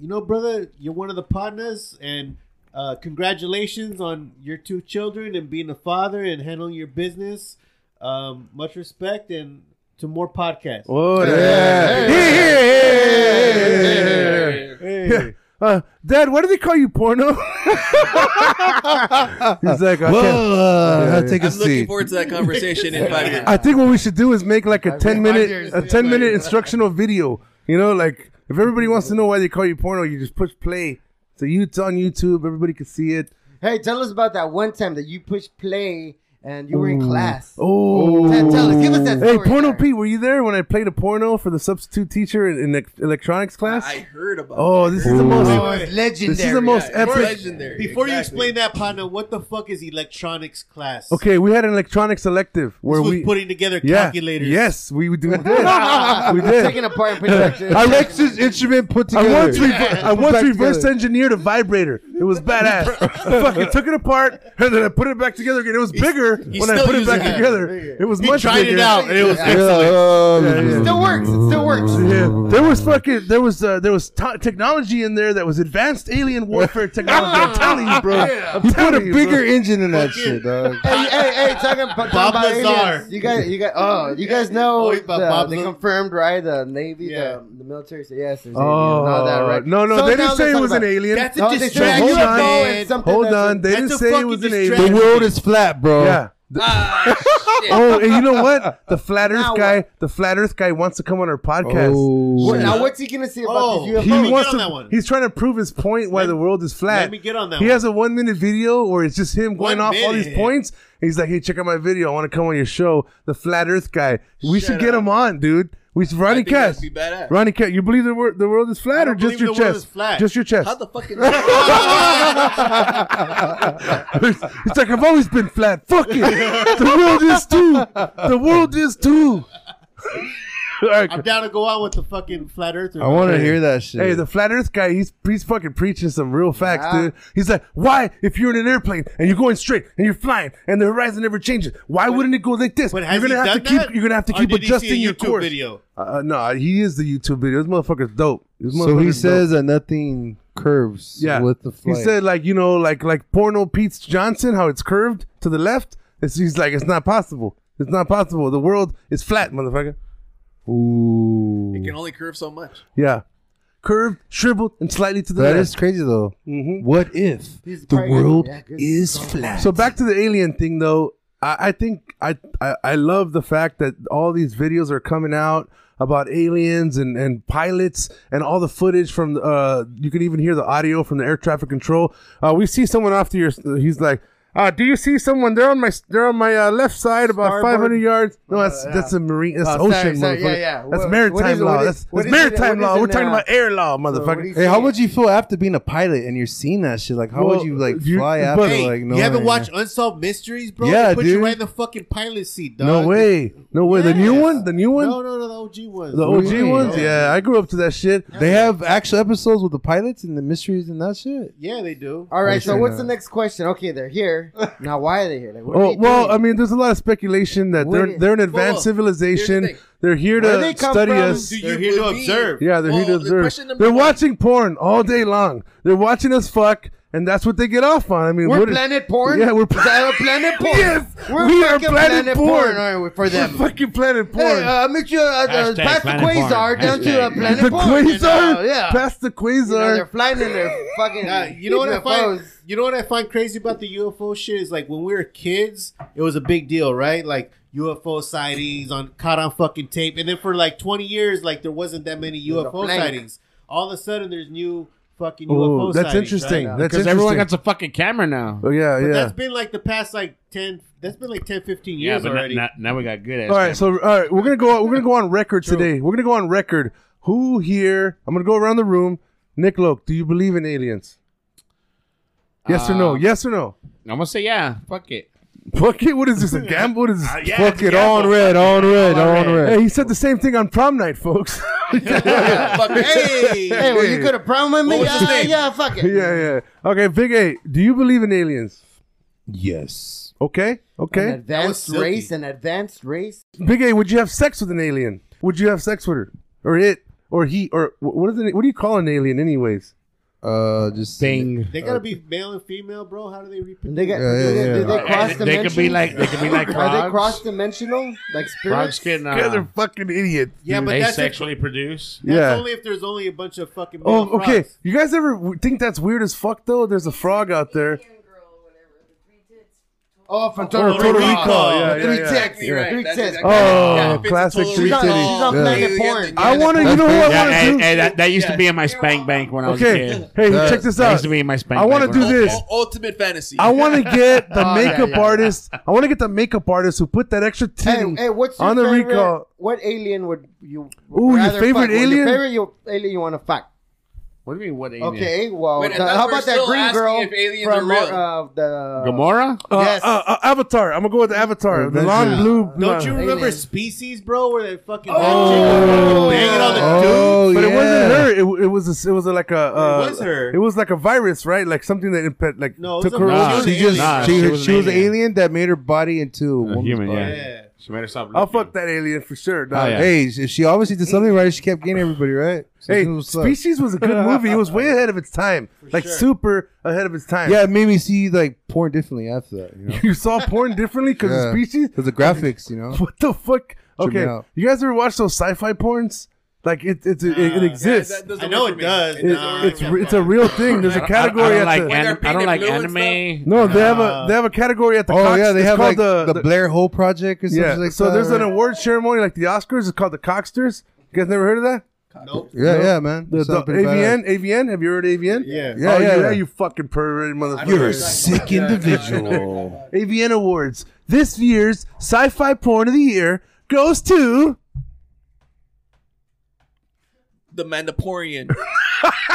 you know, brother, you're one of the partners, and uh, congratulations on your two children and being a father and handling your business. Um, much respect and to more podcasts. Oh, yeah. yeah. Hey, hey, hey, hey. Uh, Dad, why do they call you porno? [LAUGHS] He's like, I Whoa, can't- uh, take a I'm looking seat. forward to that conversation in five years. I think what we should do is make like a ten minute, years, a ten [LAUGHS] minute instructional video. You know, like if everybody wants to know why they call you porno, you just push play. So you it's on YouTube, everybody can see it. Hey, tell us about that one time that you pushed play and you were in Ooh. class. Oh, Tell- tell us, give us that Hey, story, Porno Pete, were you there when I played a porno for the substitute teacher in, in electronics class? I heard about Oh, this is the most Oh, it's This is the [LAUGHS] most epic. Before you explain that, partner, what the fuck is electronics class? Okay, we had an electronics elective where was we putting together calculators. Yes, we [LAUGHS] do. We did. [LAUGHS] we did. Taking apart projectors. I Alexa's this instrument put together. I once, rever- I Yeah. Put once back reverse together. engineered a vibrator. It was badass. I fucking took it apart and then I put it back together again. It was bigger he's when I still put it using back it. together. It was He much tried it bigger. out, and it was Yeah. excellent. Yeah, yeah. It still works. It still works. Yeah. There was fucking there was uh, there was t- technology in there that was advanced alien warfare technology. I'm telling you, [LAUGHS] bro. I'm You put telling a you, bigger bro. engine in that shit, dog. Hey, hey, hey, talking about, talking Bob about Lazar. aliens. You guys, you guys, oh, you guys know Oh, the, about Bob they Lazar. confirmed, right? The Navy, the, the military, so yes, there's aliens Oh, and all that, right? no, no, So they now didn't let's say it talk was an about- alien. No, they said Hold UFO on, and something hold that's on. a- They didn't that's a say it fucking was an distraction. alien. The world is flat, bro. Yeah. oh, and you know what? [LAUGHS] The flat Earth Ah, Now guy, the flat Earth guy wants to come on our podcast. Oh. What, now what's he gonna say about these UFOs? He wants to, He's trying to prove his point why the world is flat. let me get on that He one. has a one minute video where it's just him going One off all these minute. points. And he's like, "Hey, check out my video. I want to come on your show." The flat Earth guy. We should get him on, dude. We should Ronnie Cash. Ronnie Cash, you believe the world the world is flat or just believe your the world chest? is flat. Just your chest. How the fuck it's like I've always been flat. Fuck it. The world is too. The world is too. I'm down to go on with the fucking flat earther. Hey. Hey, the flat Earth guy, he's he's fucking preaching some real facts, Yeah. dude. He's like, why, if you're in an airplane and you're going straight and you're flying and the horizon never changes, why wouldn't it go like this? has you're gonna he have to done keep that? you're gonna have to Or keep did he see adjusting a your YouTube course. video? Uh, no, he is the YouTube video. This motherfucker's dope. This So he motherfucker's says dope. that nothing curves Yeah. with the flight. He said like you know like like porno Pete Johnson how it's curved to the left. It's, he's like it's not possible. It's not possible. The world is flat, motherfucker. Ooh. It can only curve so much. Yeah. Curved, shriveled, and slightly to the That left. is crazy though. What if the probably- world yeah, good. is flat? So back to the alien thing, though. I, I think I, I I love the fact that all these videos are coming out about aliens and, and pilots and all the footage from uh you can even hear the audio from the air traffic control. Uh, we see someone off to your. He's like. Uh, do you see someone? They're on my they're on my uh, left side, about Starboard? Uh, 500 yards. No, that's yeah. that's a marine. That's Oh, sorry, ocean, sorry, yeah, motherfucker. yeah. What- That's what maritime is- what law. is- that's what that's is it- maritime what is law. We're in, talking uh, about air law, what motherfucker. hey, how would you feel after being a pilot and you're seeing that shit? Like, how would Well, you like you- fly but- after? Hey, like, you no, You haven't yeah. watched Unsolved Mysteries, bro? Yeah, they put dude. you right in the fucking pilot seat, dog. uh, No way, no way. The new one, the new one. No, no, no, the OG ones. The OG ones, yeah. I grew up to that shit. They have actual episodes with the pilots and the mysteries and that shit. Yeah, they do. All They right, so sure what's do. the next question? Okay, they're here. Now, why are they here? Like, what are Oh they well, doing? I mean, there's a lot of speculation that What they're is- they're an Well, advanced look, civilization. they're here Where to they come study from, us. do They're you here to believe? observe. Yeah, they're Well, here to the observe. question number They're watching porn all day long. They're watching us fuck, and that's what they get off on. I mean, We're what is- planet porn? Yeah, we're Is that a planet porn? Yes, We're we are fucking planet, planet porn. porn, aren't we, for them? [LAUGHS] We're fucking planet porn. Hey, uh, make sure uh, uh, Hashtag pass the planet porn. quasar down to uh, Hashtag. [LAUGHS] planet The porn. you know, quasar? yeah. Pass the quasar. You know, they're flying in their fucking. Uh, you know what I find? UFOs. You know what I find crazy about the UFO shit is like when we were kids, it was a big deal, right? Like UFO sightings on caught on fucking tape, and then for like twenty years, like there wasn't that many There's a UFO blank. sightings. All of a sudden, there's new fucking Ooh, UFO. that's sightings, interesting. right? That's Because everyone interesting. gets a fucking camera now. Oh yeah, But yeah. that's been like the past like 10 that's been like 10 15 Yeah, years but already. now, now, now we got good ass. all right, so all right, we're gonna go. We're gonna go on record today. We're gonna go on record. Who here? I'm gonna go around the room. Nick Loke, do you believe in aliens? Yes or no? Uh, Yes or no? I'm gonna say yeah. Fuck it. Fuck it. What is [LAUGHS] this? A gamble? What is this? Uh, yeah, Fuck it's a it. gamble. On red. On red. All On red. red. Hey, he said the same thing on prom night, folks. [LAUGHS] [LAUGHS] hey, hey, well, you could have prom with me. What was his Yeah, name? yeah, [LAUGHS] fuck yeah, it. yeah. Okay, Big A, do you believe in aliens? Yes. Okay. Okay. An advanced race, an advanced race. Big A, would you have sex with an alien? Would you have sex with her or it or he or wh- what is it? What do you call an alien, anyways? Uh, just Bang. they gotta be male and female, bro. How do they reproduce? They got. Yeah, yeah, do they- yeah. Do they cross They- they could be dimensions? like- they could be [LAUGHS] like Are they frogs. cross dimensional? Like Frogs spirits? can. You guys Uh, are fucking idiots. Yeah, dude. but they that's, if, sexually produce. that's Yeah. only if there's only a bunch of fucking. Male Oh, okay. frogs. You guys ever w- think that's weird as fuck though? There's a frog out there. Oh, from Total Total Recall. Recall, yeah, Three yeah, yeah. ticks. You're right. Three That's ticks. exactly- Oh, Yeah, if it's a classic total three She's on, recall, she's titties. on Yeah. planet Yeah. porn. I want to. You know who I Yeah, want to hey, do? hey, that, that used to be in my spank bank when I was a Okay. kid. Hey, Yeah. check this That out. used to be in my spank I wanna bank do when was a this. kid. U- ultimate [LAUGHS] fantasy. I [LAUGHS] want to get the Oh, yeah, makeup yeah, yeah. artist. I want to get the makeup artist who put that extra Hey, titty hey, what's your on the favorite, recall. What alien would you? Ooh, your rather favorite fuck? Well, alien? Your favorite you- alien you want to fuck? What do you mean? What alien? Okay, well, Wait, I the- thought how we were about that still green asking girl if aliens from are real. uh, the Gamora. Uh, Yes. uh, uh, Avatar. I'm gonna go with the Avatar. The Avengers. long blue. Don't you Aliens. remember Species, bro? Where they fucking Oh. banging on the Oh, but yeah. it wasn't her. It, it was a, it was a, like a. Uh, was her. It was like a virus, right? Like something that impet, like No, it took was her. a- over. Nah, she an just alien. she, Nah, she was, an alien. that made her body into a, A woman's human. body. Yeah. Yeah. She made herself. I'll look fuck good. that alien for sure. Oh, dog. yeah. Hey, she she obviously did something right. She kept getting everybody right. So Hey, it was, uh, Species was a good movie. It was way ahead of its time, like super ahead of its time. Yeah, it made me see like porn differently after that. [LAUGHS] You know, you saw porn differently because Yeah. of Species. because the graphics, you know. What the fuck? Check me Okay, out. you guys ever watch those sci-fi porns? Like it, it, it, it exists. That- that doesn't I know work it for me. does. It- it's re- it's a real thing. There's a category at I, I don't the like anim- they're I don't like painted blue and anime. no. They have a they have a category at the. Oh Cox- yeah, they it's have called like the, the Blair Hole Project or something Yeah. like so that. there's an right? award ceremony like the Oscars. It's called the Cocksters. You guys never heard of that? yeah, yeah, man. The, the Sounds pretty badass. AVN, AVN. Have you heard of AVN? Yeah. Yeah, oh, yeah, you- yeah. You fucking perverted motherfucker. You're a [LAUGHS] sick individual. AVN Awards. This year's sci-fi porn of the year goes to. the Uh, Mandaporian.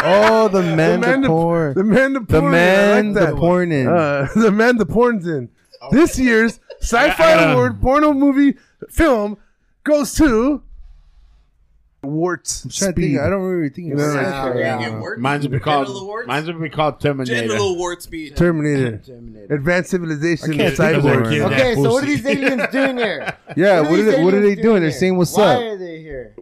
Oh, the man man to- the porn. [LAUGHS] The man, the The porn. man I like the that. porn in. Uh, [LAUGHS] the man, the porn's in. This year's sci-fi [LAUGHS] I- I- award porno movie film goes to. Wart speed. trying to think. I don't really think. it's Yeah. sci-fi. Yeah. Yeah. Mine's gonna Genital be called. awards? Mine's gonna be called Terminator. Genital wart speed. Terminator. Terminator. Advanced civilization. I can't think of cyborg. that kid. Okay, so what are pussy. [LAUGHS] these aliens doing here? Yeah, what are these they, what are aliens they doing? They're here? saying what's Why up. are they here?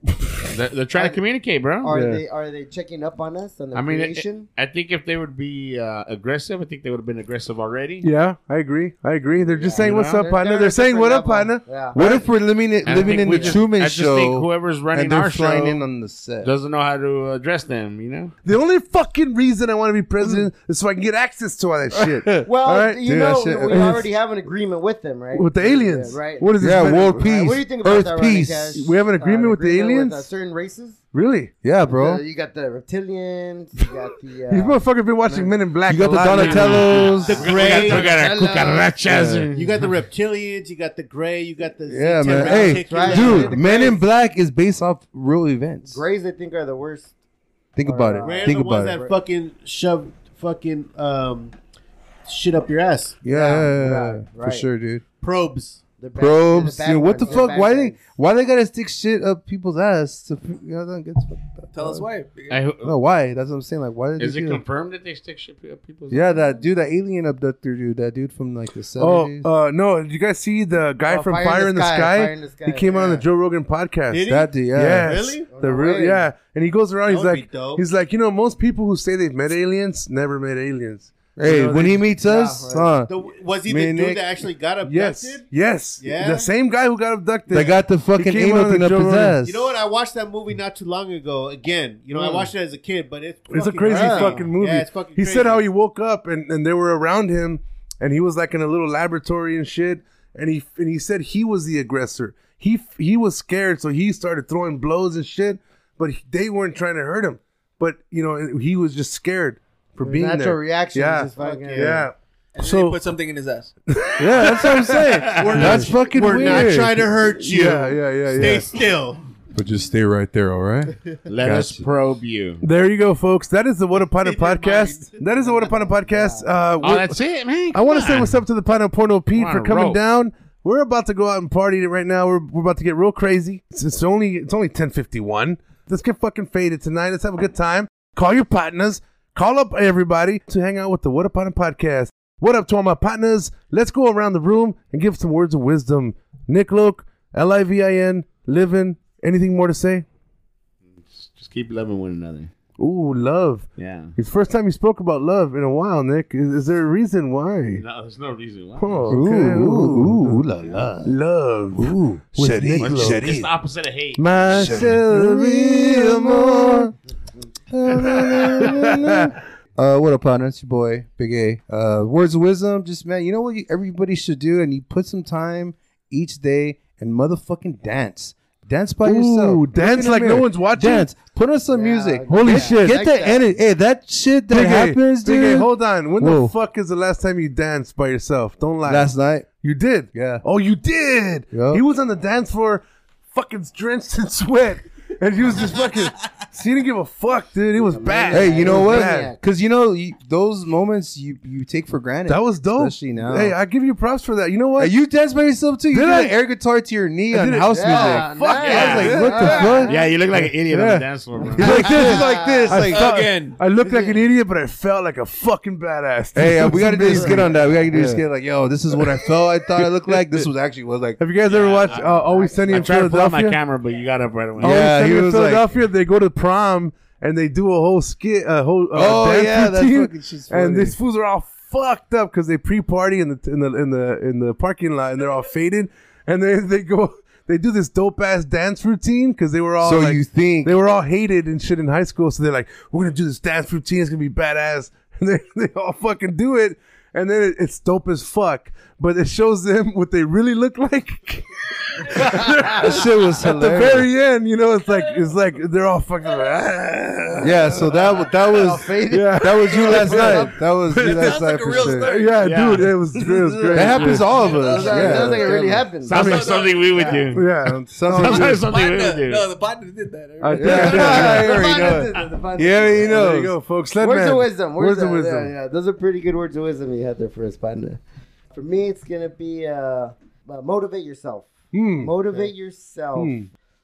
They're, they're trying to communicate, bro. Are Yeah. they are they checking up on us on the I mean, it- creation? I think if they would be uh, aggressive, I think they would have been aggressive already. Yeah, I agree. I agree. They're just saying You what's know? up, partner. They're They're, at a saying what different up, partner. level. Yeah. What if we're living it, And I living think in we the just- Truman I just Show? think whoever's running and they're our flying show in on the set. doesn't know how to address them. You know, The only fucking reason I want to be president is so I can get access to all that [LAUGHS] shit. Well, All right? you dude, that know, shit- we already have an agreement with them, [LAUGHS] right? with the aliens, Yeah, right? What is this? yeah, better- world peace, All right, what do you think about earth that, Ronnie Cash? peace. We have an Uh, agreement with the agreement with, uh, aliens. certain races. Really? Yeah, The- bro. you got the reptilians. You got [LAUGHS] the. These Uh, motherfuckers been watching Men in Black. You got a the lot lately. Donatellos. we got, we got our Hello. cucarachas Yeah. and- You got the reptilians. You got the gray. You got the Yeah, Z10 man. Hey, reticulate. Dude, dude, Men in Black is based off real events. Grays, I think, are the worst. Think about Gray it. are Think the ones about that it. fucking shoved fucking um shit up your ass. Yeah, yeah, right, yeah, for right. sure, dude. Probes. The bad- Probes. the bad dude, what the ones, fuck? bad Why ones. they why they gotta stick shit up people's ass? To, you know, that gets fucked up. Tell us why. I ho- No, why? That's what I'm saying. Like, why did is they it do that? confirmed that they stick shit up people's? Yeah, that dude, that alien abductor dude, that dude from like the Oh seventies. uh, no! Did you guys see the guy Oh, from Fire, in the, Sky? Fire in the Sky, He came on yeah. the Joe Rogan podcast. Did he? that dude, yeah. Yes. Really? The No real, way. yeah. And he goes around. That He's would be like, dope. he's like, you know, most people who say they've met aliens never met aliens. Hey, You know, when they- he meets us, huh? The- was he me the and dude Nick- that actually got abducted? Yes, yes, Yeah? the same guy who got abducted. They got the fucking He came anal on thing the up his Joe Rogan. ass. You know what? I watched that movie not too long ago again. You know, I Mm. watched it as a kid, but it's It's a fucking crazy crazy. fucking movie. Yeah, it's fucking he crazy. said how he woke up and, and they were around him and he was like in a little laboratory and shit and he and he said he was the aggressor. He he was scared so he started throwing blows and shit, but he- they weren't trying to hurt him. But you know, he was just scared for The being natural there. reaction is Yeah. just fucking- yeah. And so, So they put something in [LAUGHS] his ass. yeah, that's what I'm saying. We're not- That's fucking we're weird. not trying to hurt you. Yeah, yeah, yeah, yeah. Stay still. But just stay right there, all right? Let us Gotcha. probe you. There you go, folks. That is the What Upon a Podcast. That is the What Upon a Podcast. Uh, Oh, we- that's it, man. I want to Come say on. what's up to the Pino Porno Pete Come for on, coming roll. down. We're about to go out and party right now. We're, we're about to get real crazy. It's, it's only it's only ten fifty one. Let's get fucking faded tonight. Let's have a good time. Call your partners. Call up everybody to hang out with the What Up On a Podcast. What up to all my partners? Let's go around the room and give some words of wisdom. Nick Loke, L I V I N, Livin. Anything more to say? Just keep loving one another. Ooh, love. Yeah. It's the first time you spoke about love in a while, Nick. Is, is there a reason why? No, there's no reason why. Oh, Ooh, okay. ooh, ooh, la la. Love. Ooh, with Nick Lowe. It's the opposite of hate. My celery amor. [LAUGHS] Uh, what up, partner? It's your boy, Big A. Uh, words of wisdom, just man, you know what you, everybody should do, and you put some time each day and motherfucking dance, dance by Ooh, yourself. Look dance in the like no mirror. one's watching? Dance. Put on some Yeah, music. Holy Get- shit. Get Like that that. energy. Hey, that shit that Big A, happens, Big dude. A, hold on. When Whoa. the fuck is the last time you danced by yourself? Don't lie. Last night, you did. Yeah. Oh, you did. Yup. He was on the dance floor, fucking drenched in sweat, and he was just fucking. [LAUGHS] he didn't give a fuck, dude. It was bad. Hey, you know It was what? bad. Because you know you, those moments you you take for granted. That was dope. Especially now. Hey, I give you props for that. You know Hey, what? you dance by yourself too. You Did did I? an air guitar to your knee I on did it. house Yeah, music. nice. Fuck yeah. I was like, what the Yeah. fuck? Yeah, you look like an idiot on Yeah. the dance floor, bro. He's like this. He's like this. I Like, felt- Again. I looked like an idiot, but I felt like a fucking badass. dude. hey, uh, It we was got to do this amazing. skit on that. We got to do this Yeah. skit. Like, yo, this is what I felt. I thought I looked like. This was actually what like. Have you guys ever watched uh, Always Sunny I in tried to pull out my Philadelphia? Oh, camera, but you got up right away. Always Yeah, Sunny he in was like- Philadelphia. they go to prom and they do a whole skit, a whole uh, Oh dance yeah, that's routine. fucking shit's funny. and these fools are all fucked up because they pre-party in the in the in the in the parking lot, and they're all faded, and they they go. They do this dope ass dance routine because they were all so Oh, like, you think they were all hated and shit in high school. So they're like, we're gonna do this dance routine. It's gonna be badass. [LAUGHS] And they, they all fucking do it. And then it, it's dope as fuck. But it shows them what they really look like. [LAUGHS] that shit was At the hilarious? very end, you know, it's like it's like they're all fucking like, "Ah." yeah, so that wa- that was Yeah. that was you last night. That was you last sounds like night a for real sure. story. yeah, Yeah. dude, it was, it was great. That happens dude. to all of us. Sounds, yeah. sounds like it really happened. Sounds like something we would do. Yeah, [LAUGHS] Sounds like something we Partner. would do. No, the partner did that. I think Yeah, I did. [LAUGHS] yeah, you The already final- know it. the- the final- Yeah, he There you knows. go, folks. Let Words man. of wisdom. Where's Words, the of wisdom? Yeah, yeah. Those are pretty good words of wisdom you had there for us, partner. For me, it's gonna be uh, uh, motivate yourself. Hmm. Motivate yourself.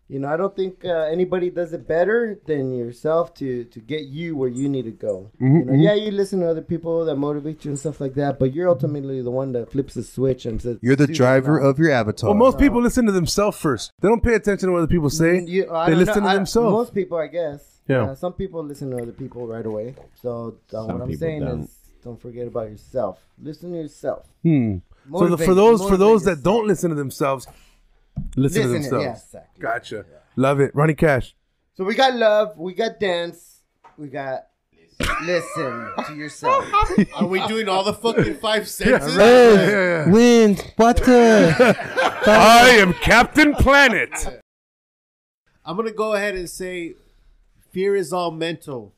You know, I don't think uh, anybody does it better than yourself to to get you where you need to go. You know, yeah, you listen to other people that motivate you and stuff like that, but you're ultimately the one that flips the switch and says, You're the "Dude, driver no." of your avatar. Well, most people listen to themselves first. They don't pay attention to what other people say. Mm, You- I they don't listen know. to I- themselves. Most people, I guess. Yeah. Uh, some people listen to other people right away. So uh, Some what I'm people saying don't. is, don't forget about yourself. Listen to yourself. Hmm. so the, for Motivate- those for those motivate that don't listen to themselves, listen, to Listen, themselves. yes, exactly. Gotcha. Love it. Ronnie Cash. So we got love, we got dance, we got listen [LAUGHS] to yourself. Are we doing all the fucking five senses? wind, water. I am [LAUGHS] Captain Planet. I'm gonna go ahead and say, fear is all mental.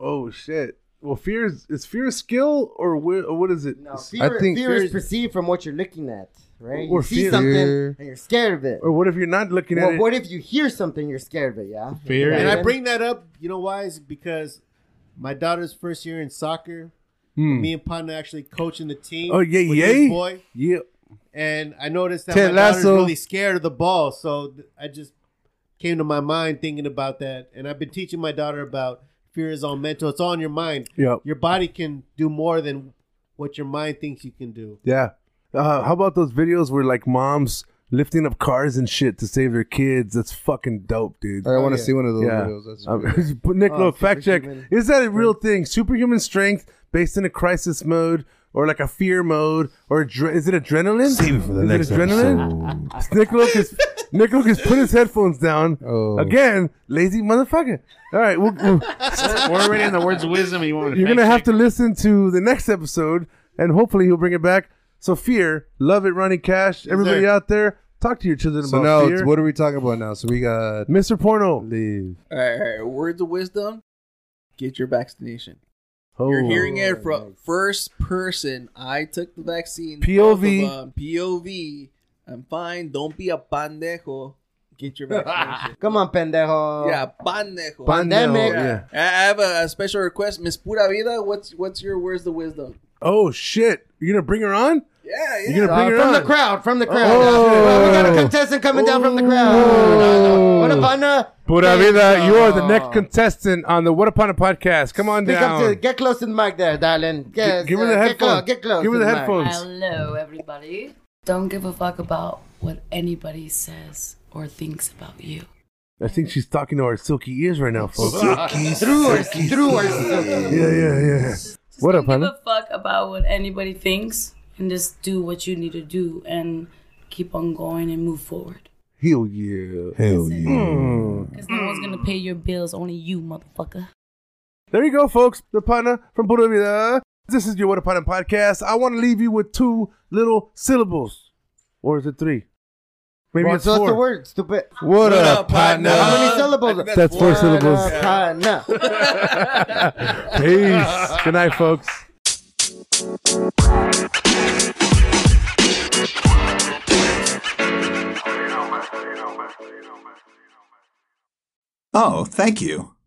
oh shit. Well, fear is is fear a skill or wh- or what is it? No, fear, think fear is fear- perceived from what you're looking at, right? You Or see fear. something Fear. and you're scared of it. Or what if you're not looking at Well, it? what if you hear something you're scared of it? Yeah. Fear And I is- bring that up, you know why? Is because my daughter's first year in soccer. Hmm. Me and Pana actually coaching the team. Oh yeah, with yay. this boy. Yeah. And I noticed that Ted my daughter's Lasso. really scared of the ball, so th- I just came to my mind thinking about that. And I've been teaching my daughter about fear is all mental. It's all in your mind. Yeah. Your body can do more than what your mind thinks you can do. Yeah. Uh, how about those videos where like moms lifting up cars and shit to save their kids. That's fucking dope, dude. I wanna Oh, yeah. see one of those videos. That's Um, [LAUGHS] really- but Nick, Oh, look, fact check. superhuman. Is that a real thing? Superhuman strength based in a crisis mode or like a fear mode or adre- is it adrenaline? Save it for the is next it adrenaline? [LAUGHS] Nick Luke is Nick Luke is putting his headphones down Oh. again. Lazy motherfucker. All right, we'll, we'll- We're already in the words of wisdom. And you want me to you're gonna fact have to listen to the next episode and hopefully he'll bring it back. So fear, love it, Ronnie Cash. Everybody sir. out there, talk to your children So about now, fear. what are we talking about now? So we got Mr. Porno. Leave. All right, all right, words of wisdom. Get your vaccination. You're hearing it from first person. I took the vaccine. POV. both of um, 'em. POV. I'm fine. Don't be a pandejo. Get your [LAUGHS] vaccination. Come on, pendejo. yeah, pandejo. Pandemic. Yeah. I I have a, a special request, Miss Pura Vida. What's what's your words of wisdom? Oh shit! You're gonna bring her on? Yeah, yeah. You're gonna bring her Uh, from on the crowd, from the crowd. Oh. we got a contestant coming down from the crowd. What a banda. Pura vida, you are the next contestant on the What Upon a Podcast. Come on Speak up down. to, get close to the mic there, darling. Get, give her the uh, headphones. Get close, get close Give her to the mic. headphones. Hello, everybody. Don't give a fuck about what anybody says or thinks about you. I think she's talking to our silky ears right now, folks. Silky, Through her- silky, through her- silky. Yeah, yeah, yeah. What up, Don't give honey? a fuck about what anybody thinks and just do what you need to do and keep on going and move forward. Hell yeah. Hmm. Hell yeah. Because no one's gonna pay your bills, only you, motherfucker. There you go, folks. The partner from Pura Vida. This is your What Upon a Podcast. I want to leave you with two little syllables. Or is it three? Maybe Well, it's so four. the word, stupid. What up, partner? How many I syllables? think that's four What syllables. up, partner? [LAUGHS] Peace. Good night, folks. Oh, thank you.